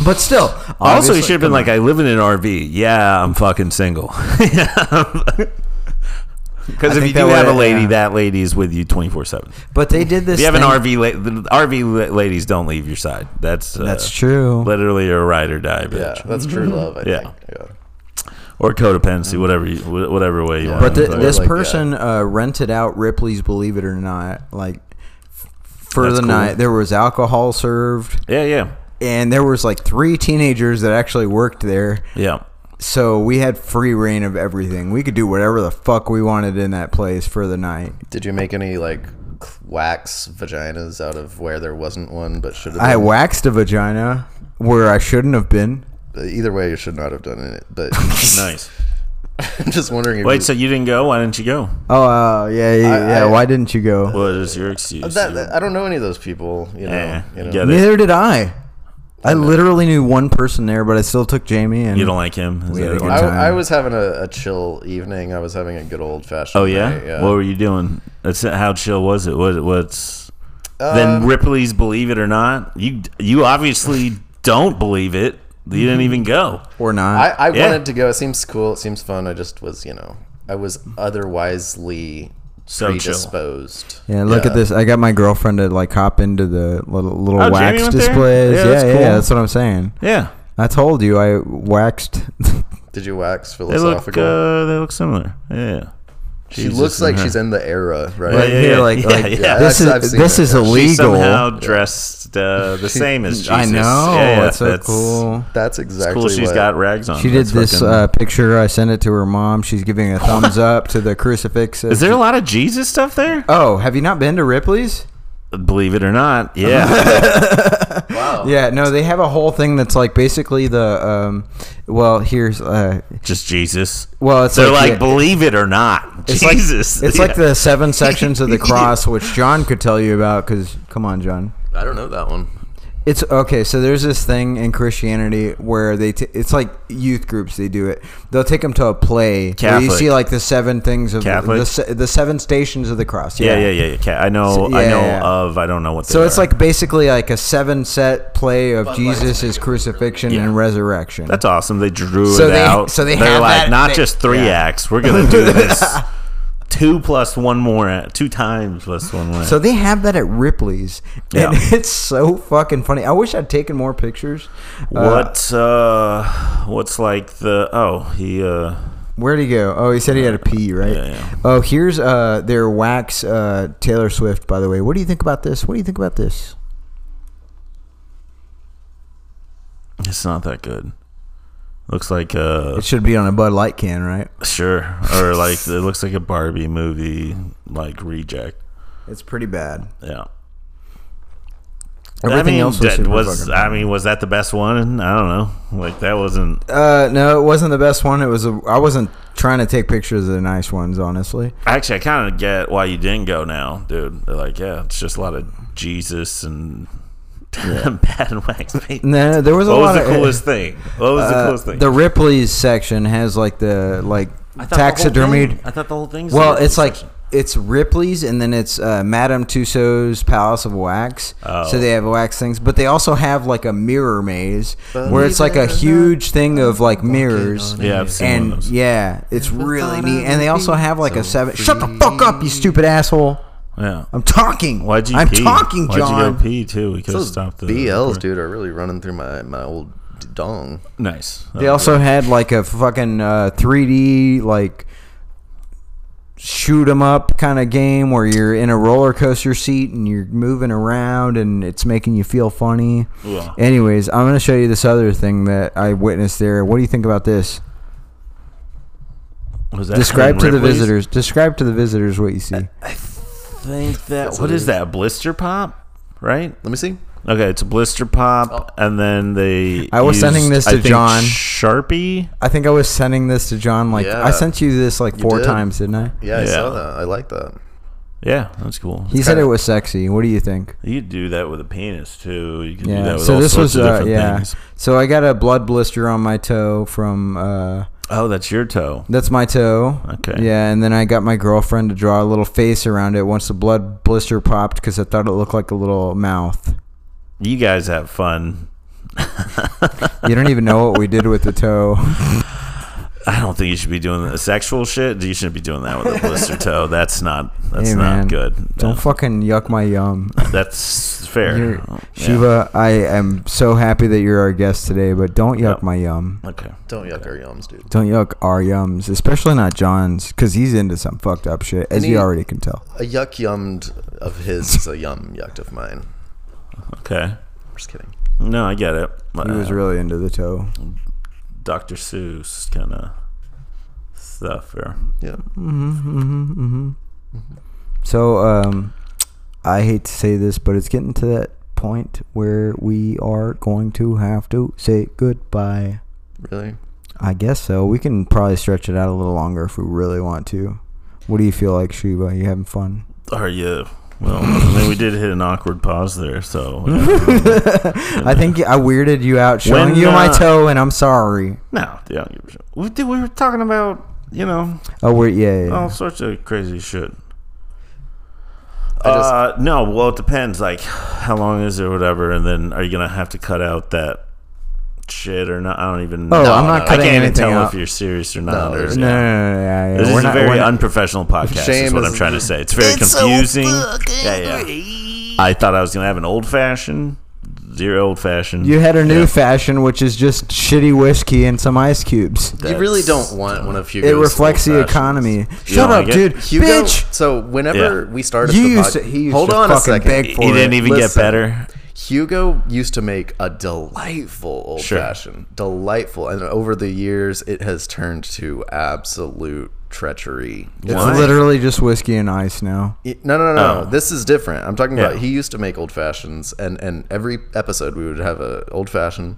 But still,
Also, you
obviously-
should have been like, I live in an RV. Yeah, I'm fucking single. Because if
think
you
that
do have a
would-
lady,
yeah.
that lady is with you 24 7.
But they did this.
If you have an
thing-
RV, la- the RV la- ladies don't leave your side. That's uh,
That's true.
Literally a ride or die, bitch,
Yeah, that's true love. I
Yeah.
think. Yeah.
or codependency, whatever, you, wh- whatever way you
Yeah.
want.
But
to
the,
put it.
this
Like,
person uh, rented out Ripley's Believe It or Not, like f- for
That's
the
cool.
night. There was alcohol served,
yeah, yeah,
and there was like three teenagers that actually worked there.
yeah.
So we had free reign of everything. We could do whatever the fuck we wanted in that place for the night.
Did you make any like wax vaginas out of where there wasn't one, but should have?
I
been?
waxed a vagina where I shouldn't have been.
Either way, you should not have done it. But
Nice.
I'm just wondering. If
Wait,
you-
so you didn't go? Why didn't you go?
Oh uh, yeah, yeah.
I-
yeah.
I-
Why didn't you go?
What is your excuse?
that,
You-
that- I don't know any of those people. You know,
Yeah,
you
you
know.
get it.
Neither did I. I literally knew one person there, but I still took Jamie. And
you don't like him? Is
We had
that
a
it?
good
I,
time.
I was having a, a chill evening. I was having a good old fashioned.
Oh yeah?
night, yeah.
What were you doing? That's how chill was it? What what's
Uh,
then Ripley's Believe It or Not? You you obviously don't believe it. You didn't even go.
or
I,
not.
I
Yeah.
wanted to go. It seems cool. It seems fun. I just was, you know, I was otherwisely
So chill.
predisposed.
yeah, look at this. I got my girlfriend to like hop into the little, little
Oh,
wax
Jamie went there?
displays.
Yeah,
Yeah, yeah,
that's
yeah,
cool.
That's what I'm saying.
Yeah.
I told you I waxed.
Did you wax
They look
philosophical?
uh, they look similar. Yeah.
she looks like she's in the era, right?
Yeah,
Like,
yeah,
here,
yeah.
like,
Yeah,
like,
yeah.
this
I've- I've
is
seen
this
it,
is
yeah.
illegal.
She somehow dressed uh, the same as Jesus.
I know.
Yeah, yeah,
that's so cool.
That's
It's
exactly
cool. She's
what-
got rags on.
She did
Oh, That's
this
fucking-
uh, picture. I sent it to her mom. She's giving a thumbs up to the crucifix.
is there a lot of Jesus stuff there?
Oh, have you not been to Ripley's?
Believe it or not, yeah. Oh,
Yeah, no, they have a whole thing that's like basically the um, well, here's uh,
Just Jesus.
well, it's
They're
like,
like,
the-
believe it or not,
it's like-
Jesus.
it's
Yeah.
like the seven sections of the cross, which John could tell you about. Because come on, John.
I don't know that one.
It's okay. So there's this thing in Christianity where they t- it's like youth groups. They do it. They'll take them to a play where you
Catholic.
see like the seven things of the,
Catholic?
the, se- the seven stations of the cross.
Yeah, yeah, yeah. yeah. Ca- I know.
So-
I
yeah,
know
yeah.
of. I don't know what. They
So it's
are.
like basically like a seven set play of Jesus' crucifixion
Yeah.
and resurrection.
that's awesome. They drew
So
it
they-
out.
so they
They're
have
like
that-
not
they-
just three
yeah.
acts. We're gonna do this two plus one more, act- two times plus one more.
so they have that at Ripley's, and
Yeah.
it's so fucking funny. I wish I'd taken more pictures. Uh,
what? Uh, what's like the? Oh, he. Uh,
where'd he go? Oh, he said he had a pee, right?
Yeah, yeah.
Oh, here's uh, their wax uh, Taylor Swift. By the way, what do you think about this? What do you think about this?
it's not that good. Looks like uh,
It should be on a Bud Light can, right?
sure, or like it looks like a Barbie movie, like reject.
It's pretty bad.
Yeah.
Everything
I mean,
else was,
that
super
was
fucking
I mean, was that the best one? I don't know. Like that wasn't.
Uh, no, it wasn't the best one. It was a. I wasn't trying to take pictures of the nice ones, honestly.
Actually, I kind of get why you didn't go now, dude. They're like, yeah, it's just a lot of Jesus and bad wax paint.
No, there was a
What was
lot
the
of
coolest thing? What was the
uh,
coolest thing?
the Ripley's section has like the like
I thought the whole
taxidermied.
thing- I thought the whole thing's
Well,
the
it's like
section.
it's Ripley's, and then it's uh, Madame Tussauds Palace of Wax.
Oh.
So they have wax things, but they also have like a mirror maze where
Believe
it's like
it or
a
not,
huge thing of like
walking
mirrors.
on
yeah, I've seen one of
And
those.
yeah, it's really
thought
neat.
I
And they
would
also
be
have like a
so
seven. Shut the fuck up, you stupid asshole!
yeah.
I'm talking.
Why'd you?
I'm
pee?
talking,
Why'd
John.
you go pee too? We could have
Those
stopped the
BLs, dude, are really running through my my old d- dong.
Nice.
Oh,
They also had like a fucking uh, 3D like shoot 'em up kind of game where you're in a roller coaster seat and you're moving around and it's making you feel funny.
Yeah.
Anyways, I'm gonna show you this other thing that I witnessed there. What do you think about this?
Was that
Describe
in
to the
Ripley's?
visitors. Describe to the visitors what you see.
Think that. What is that? Blister pop, right?
Let me see.
Okay, it's a blister pop, and then they.
I was sending this
I
to
think,
John.
Sharpie.
I think I was sending this to John. Like
Yeah.
I sent you this like four
did.
times, didn't I?
Yeah, I
Yeah.
saw that. I like that.
Yeah, that's cool.
He said
kinda-
it was sexy. What do you think?
You could do that with a penis too. You can do that
Yeah.
with
So
all
this was
sorts of
uh,
different
yeah.
things.
So I got a blood blister on my toe from uh,
Oh, that's your toe.
that's my toe.
Okay.
Yeah, and then I got my girlfriend to draw a little face around it once the blood blister popped because I thought it looked like a little mouth.
You guys have fun.
You don't even know what we did with the toe.
I don't think you should be doing the sexual shit. You shouldn't be doing that with a blister toe. That's not. That's
Hey,
not
man.
good.
Don't
No.
fucking yuck my yum.
That's fair.
You're-
Yeah.
Shiva, I am so happy that you're our guest today, but don't yuck
Yep.
my yum.
Okay.
Don't yuck our yums, dude.
Don't yuck our yums, especially not John's, because he's into some fucked up shit, as
And
you
he-
already can tell.
A yuck yummed of his is a yum yucked of mine.
Okay.
I'm just kidding.
No, I get it.
He was
Uh,
really into the toe.
Dr. Seuss kind of stuff. Or
Yeah.
Mm-hmm. So, um, I hate to say this, but it's getting to that point where we are going to have to say goodbye.
Really?
I guess so. We can probably stretch it out a little longer if we really want to. What do you feel like, Shiva? You having fun?
are you? Well, I mean, we did hit an awkward pause there. So yeah.
I think I weirded you out showing
When,
you my
uh,
toe, and I'm sorry.
no, yeah, I don't give a shit. we did. We were talking about you know
Oh, we're yeah. yeah.
all sorts of crazy shit.
I just-
uh, no, well, it depends. Like, how long is it, or whatever, and then are you gonna have to cut out that shit or not? I don't even.
Oh,
know.
I'm not
I
cutting
can't even
anything
tell
out.
if you're serious or not. or,
there's-
No, no, no, no, yeah, yeah.
This
We're
is
not-
a very
we're not-
unprofessional podcast. is
Shame
what I'm
is-
trying to say. It's very confusing. yeah, yeah. I thought I was gonna have an old fashioned, zero old fashioned.
you had a new fashion, which is just shitty whiskey and some ice cubes.
you really don't want one of Hugo's.
It reflects the
old-fashions.
economy. Shut
don't
up,
like it?
dude.
Hugo.
Bitch.
So whenever
Yeah.
we started,
You
the
used
pod-
to- he used
hold
to
on a
fucking
second.
beg for
He didn't even get
Listen.
better.
Hugo used to make a delightful old
Sure.
fashioned, delightful, and over the years it has turned to absolute treachery.
It's
Why?
literally just whiskey and ice now.
It- No, no, no, no.
Oh.
This is different. I'm talking
Yeah.
about he used to make old fashions, and and every episode we would have a old fashioned,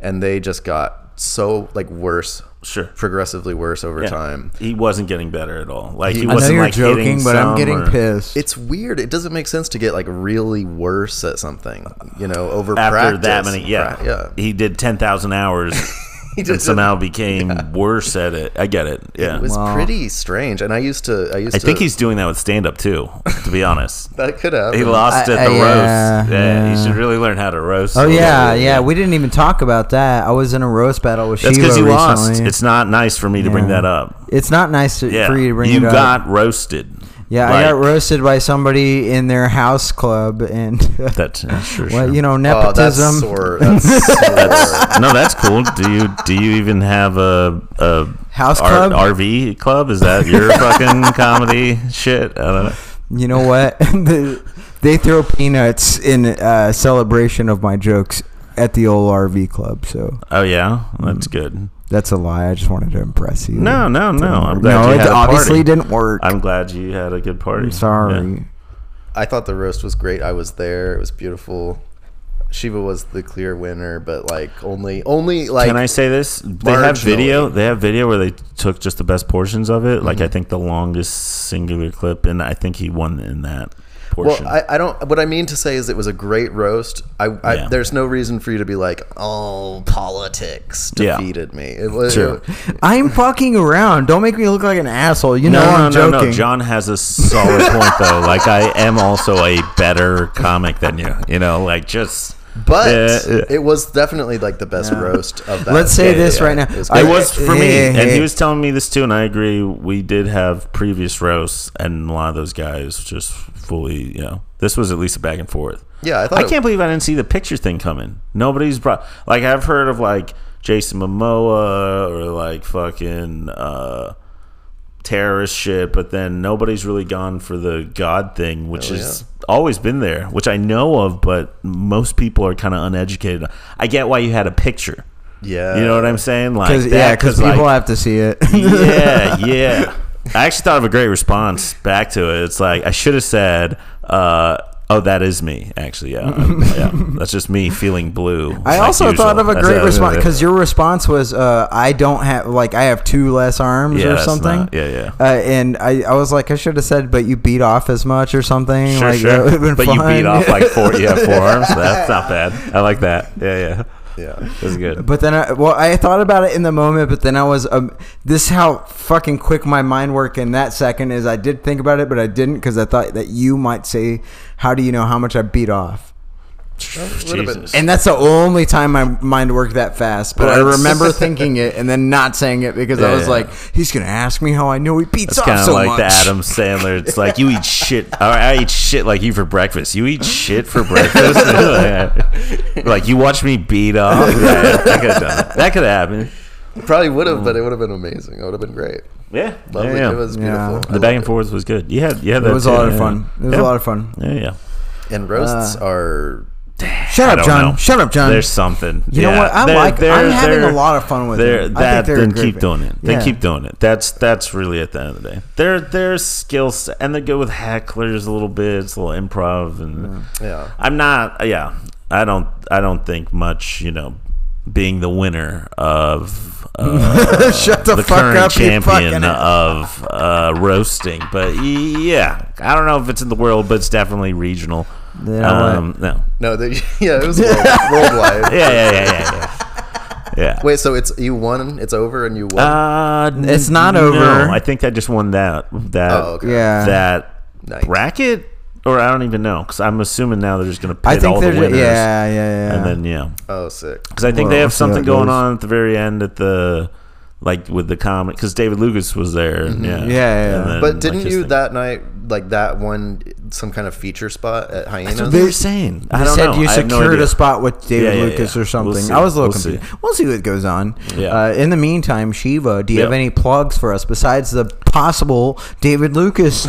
and they just got so like worse,
Sure.
progressively worse over
Yeah.
time.
He wasn't getting better at all. Like he,
I know
I know
wasn't
you're
like
joking,
hitting
but
some
I'm getting
or-
pissed.
It's weird. It doesn't make sense to get like really worse at something, you know, over
After
practice.
that many, yeah,
Pra- yeah.
he did ten thousand hours
He
and
did-
somehow became worse at it. I get it. Yeah,
It was
Wow.
pretty strange, and I used to. I used
I
to.
think he's doing that with stand up too. To be honest,
That could have. Oh,
He lost
I-
at
I-
the
yeah,
roast. Yeah,
yeah.
he should really learn how to roast.
oh yeah, yeah. We didn't even talk about that. I was in a roast battle with
That's
Shiva
because you
recently.
lost. It's not nice for me to bring
Yeah.
that up.
It's not nice to,
Yeah,
for you to bring
you
it
got
up.
roasted.
Yeah, I
Like,
got roasted by somebody in their house club, and
That's yeah, sure.
well,
sure.
you know
Oh, that's
nepotism.
sore. That's sore.
no, that's cool. Do you do you even have a a
House
R-
club?
RV club? Is that your fucking comedy shit? I don't know.
You know what? The- they throw peanuts in uh, celebration of my jokes at the old RV club. So
Oh yeah,
Mm.
that's good.
that's a lie. I just wanted to impress you.
No, no, no. I'm glad
no,
you
it
had a
obviously
party.
didn't work. I'm,
I'm glad you had a good party. Yeah.
sorry.
I thought the roast was great. I was there. It was beautiful. Shiva was the clear winner, but like only only like
Can I say this? They have
marginally.
video. They have video where they took just the best portions of it.
Mm-hmm.
Like I think the longest singular clip, and I think he won in that
well,
portion.
I, I don't. What I mean to say is, it was a great roast. I, I
Yeah.
there's no reason for you to be like, oh, politics
Yeah.
defeated me. It was
True.
I'm fucking around. Don't make me look like an asshole. You know
no, no,
I'm
no,
joking.
no. John has a solid point though. Like I am also a better comic than you. You know, like just.
but
Yeah, yeah.
it was definitely like the best roast of that.
Let's say
day.
this right now.
It was
I-
It was for me,
Hey,
and
hey.
he was telling me this too, and I agree. We did have previous roasts, and a lot of those guys just fully, you know, this was at least a back and forth.
Yeah, I thought
I
it-
can't believe I didn't see the picture thing coming. Nobody's brought like I've heard of like Jason Momoa or like fucking uh, terrorist shit, but then nobody's really gone for the God thing, which has always been there, which I know of, but most people are kind of uneducated. I get why you had a picture.
yeah,
You know what I'm saying? Like,
Cause,
that,
yeah, because
like,
people have to see it.
yeah, yeah. I actually thought of a great response back to it. It's like I should have said, uh, "Oh, that is me." Actually, yeah, I'm- yeah. That's just me feeling blue.
I
like
also
usual.
thought of a
That's
great
it.
response because your response was, uh, "I don't have like I have two less arms
Yeah,
or
that's
something."
not- yeah, yeah.
Uh, and I, I was like, I should have said, "But you beat off as much or something."
Sure,
like, that
sure.
would've been
But you beat
fun.
off like four. You have four arms. That's not bad. I like that. Yeah, yeah.
yeah.
That's good.
But then, I, well, I thought about it in the moment, but then I was, um, this how fucking quick my mind worked in that second is I did think about it, but I didn't because I thought that you might say, "How do you know how much I beat off?"
would've been-
Jesus.
And that's the only time my mind worked that fast. But I
Right.
remember thinking it and then not saying it because I
Yeah,
was
yeah.
like, "He's gonna ask me how I know he beats
It's
off
kind of
so
like
much."
the Adam Sandler. It's like you eat shit. All right, I eat shit like you for breakfast. You eat shit for breakfast. like you watch me beat off. Yeah, that could have done it. That could have happened.
Probably would have, but it would have been amazing. It would have been great.
Yeah,
Lovely.
Mm. yeah, yeah.
It was
Yeah.
beautiful. I
the back
loved
and forth was good. You had, you had
It
that
was a
too,
lot of
yeah.
fun. It was
Yeah.
a lot of fun.
Yeah, yeah.
it. And
Uh.
roasts are
I
Shut up,
don't
John.
know.
Shut up, John.
There's something.
You know
Yeah.
what? I
They're-
like- I'm
they're-
having a
they're-
lot of fun with
they're-
it. I
That
think they're a
then
great
keep
band.
doing it. They
Yeah.
keep doing it. That's that's really at the end of the day. They're they're skill set, and they're good with hecklers a little bit. It's a little improv, and
yeah.
I'm not. Yeah, I don't. I don't think much. You know, being the winner of uh,
Shut the,
the
fuck
current
up, you
champion
fucking.
of uh, roasting. But yeah, I don't know if it's in the world, but it's definitely regional.
You know what?
um, no.
No, they, yeah, it was world, worldwide.
Yeah, yeah, yeah, yeah, yeah. yeah.
Wait, so it's you won, it's over, and you won.
Uh, n-
It's not
no,
over.
I think I just won that that
Oh, okay.
Yeah.
that
Nice.
bracket, or I don't even know because I'm assuming now they're just going to
I
pit
think
all the
they're
winners.
yeah, yeah, yeah.
And then yeah,
oh, sick.
because I
Well,
think they
we'll
have
see
something
how it
going
goes.
on at the very end at the like with the comment because David Lucas was there. And, yeah,
Mm-hmm. Yeah, yeah, yeah.
And then,
But
like,
didn't
his
you
thing.
that night, like that one, some kind of feature spot at Hyenas?
That's what they were saying. I
They
don't
said
know.
you
I have no
secured
idea.
a spot with David
Yeah, yeah,
Lucas
yeah.
or something.
We'll
I was a
see.
little
We'll
confused. We'll see what goes on.
Yeah.
Uh, in the meantime, Shiva, do you have
Yeah.
any plugs for us besides the possible David Lucas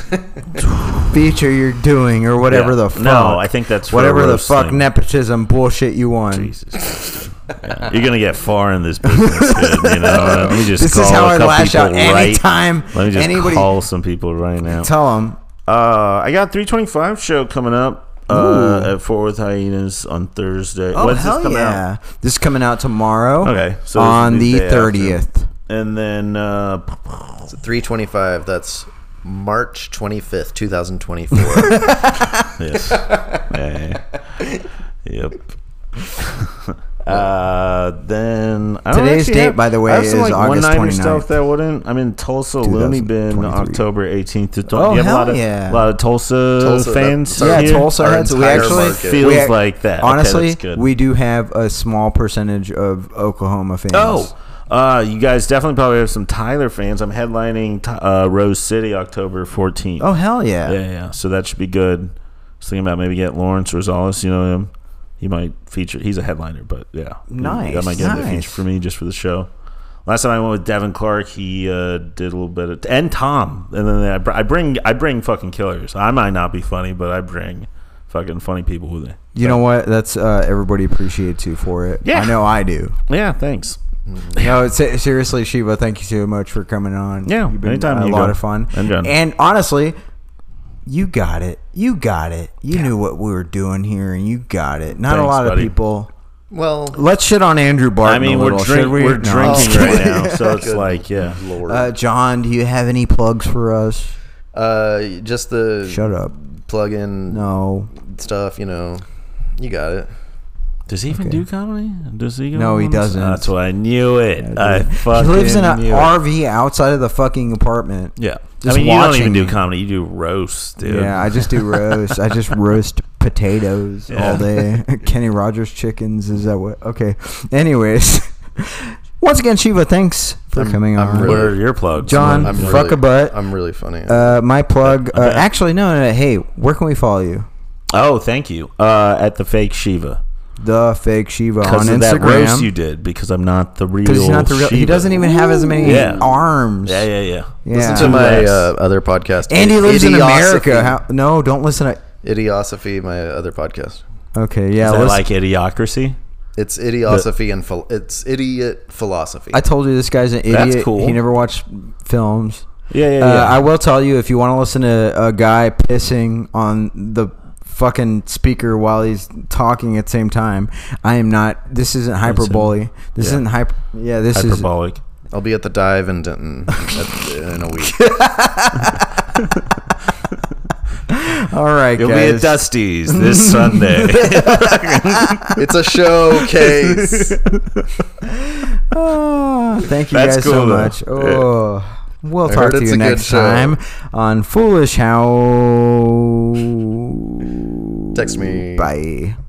feature you're doing or whatever
Yeah.
the fuck?
No, I think that's for
whatever the
roast
fuck
thing.
nepotism bullshit you want.
Jesus Christ, dude. Yeah. You're gonna get far in this business, dude, you know. Let me just
This
call
is how
a
I
couple
lash
people
out
right.
anytime
Let me just
anybody-
call some people right now.
Tell him.
Uh, I got 325 show coming up uh, at Fort Worth Hyenas on Thursday.
Oh
When's
hell
this come
yeah!
out?
This is coming out tomorrow.
Okay, so this will
on
be
the
the day after.
thirtieth.
And then uh,
It's at 325. That's March 25th, 2024.
yes, Yeah. yep. Uh, then I don't
Today's
actually
date,
have-
by the way,
I have some,
is
like,
August
one-nighter
29th.
Stuff that wouldn't. I'm in Tulsa, Looney Bin,
2023.
October 18th to 20th.
Oh,
you have
hell
a lot of,
yeah.
lot of Tulsa,
Tulsa,
fans.
that's our-
yeah,
here?
Tulsa
our
heads. We
entire
actually
market.
Feels
we ac-
like that. Okay,
Honestly,
that's good.
we do have a small percentage of Oklahoma fans.
Oh, uh, you guys definitely probably have some Tyler fans. I'm headlining Ty- uh, Rose City October 14th.
oh hell yeah!
yeah, yeah, yeah. So that should be good. I was thinking about maybe get Lawrence Rosales. You know him. He might feature. He's a headliner, but yeah,
Nice,
That might get a
nice.
feature for me just for the show. Last time I went with Devin Clark, he uh, did a little bit of and Tom, and then I, br- I bring I bring fucking killers. I might not be funny, but I bring fucking funny people with me.
You know what? That's uh, everybody appreciates you for it.
Yeah.
I know I do.
Yeah, thanks.
No, se- seriously, Shiva, thank you so much for coming on.
Yeah,
you've been
anytime,
a
Hugo.
lot of fun.
I'm done.
And honestly, you got it. You got it. You knew what we were doing here, and you got it. Not a
Thanks,
lot of
buddy.
people.
Well,
Let's shit on Andrew Barton.
I
a
mean, we're,
little,
drink,
should we?
we? are
No, I'm just
drinking right
kidding.
now, so it's
Good
like, yeah.
Lord.
Uh,
Uh,
John, do you have any plugs for us?
Uh, just the
Shut up.
plug in
No,
stuff, you know. You got it.
Does he even
Okay.
do comedy? Does he? go
No, he
on this?
doesn't.
That's why I knew it. I
he
fucking
lives in an
knew it.
RV outside of the fucking apartment.
Yeah,
Just
I mean, you don't
watching.
even do comedy. You do roasts, dude.
Yeah, I just do roast. I just roast potatoes
Yeah.
all day. Kenny Rogers chickens. Is that what? Okay. Anyways, once again, Shiva, thanks for
I'm-
coming
I'm
on.
really-
what are your plugs?
John,
I'm
fuck a butt.
I'm really funny.
uh, my plug.
I
Uh,
bet.
actually, no, no, no. Hey, where can we follow you?
oh, thank you. Uh, at the fake Shiva
The fake Shiva on
because of that roast you
Instagram.
did. Because I'm not the real.
Because he's not the real. He
Shiva.
doesn't even have as many
Yeah.
arms.
Yeah, yeah, yeah.
Listen
Yeah.
to my
Yes.
uh, other podcast.
And he lives in
Idiosophy.
America. How, no, don't listen to.
Idiosophy, my other podcast.
Okay, yeah.
Is that
listen-
like idiocracy?
It's idiosophy and phil- it's idiot philosophy.
I told you this guy's an idiot.
That's cool.
He never watched films.
Yeah, yeah, yeah.
Uh, I will tell you if you want to listen to a guy pissing on the fucking speaker while he's talking at the same time. I am not. This isn't hyperbole. This
yeah.
isn't hyper. Yeah, this
Hyperbolic.
I'll be at the dive in Denton at- in a week.
is all right,
You'll be
guys.
at Dusty's this Sunday.
it's a showcase.
Ah, thank you
That's
guys so
cool, though.
much. Oh, we'll
I
talk
heard
to
it's
you
a good
next
show.
time on Foolish How.
Text me.
Bye.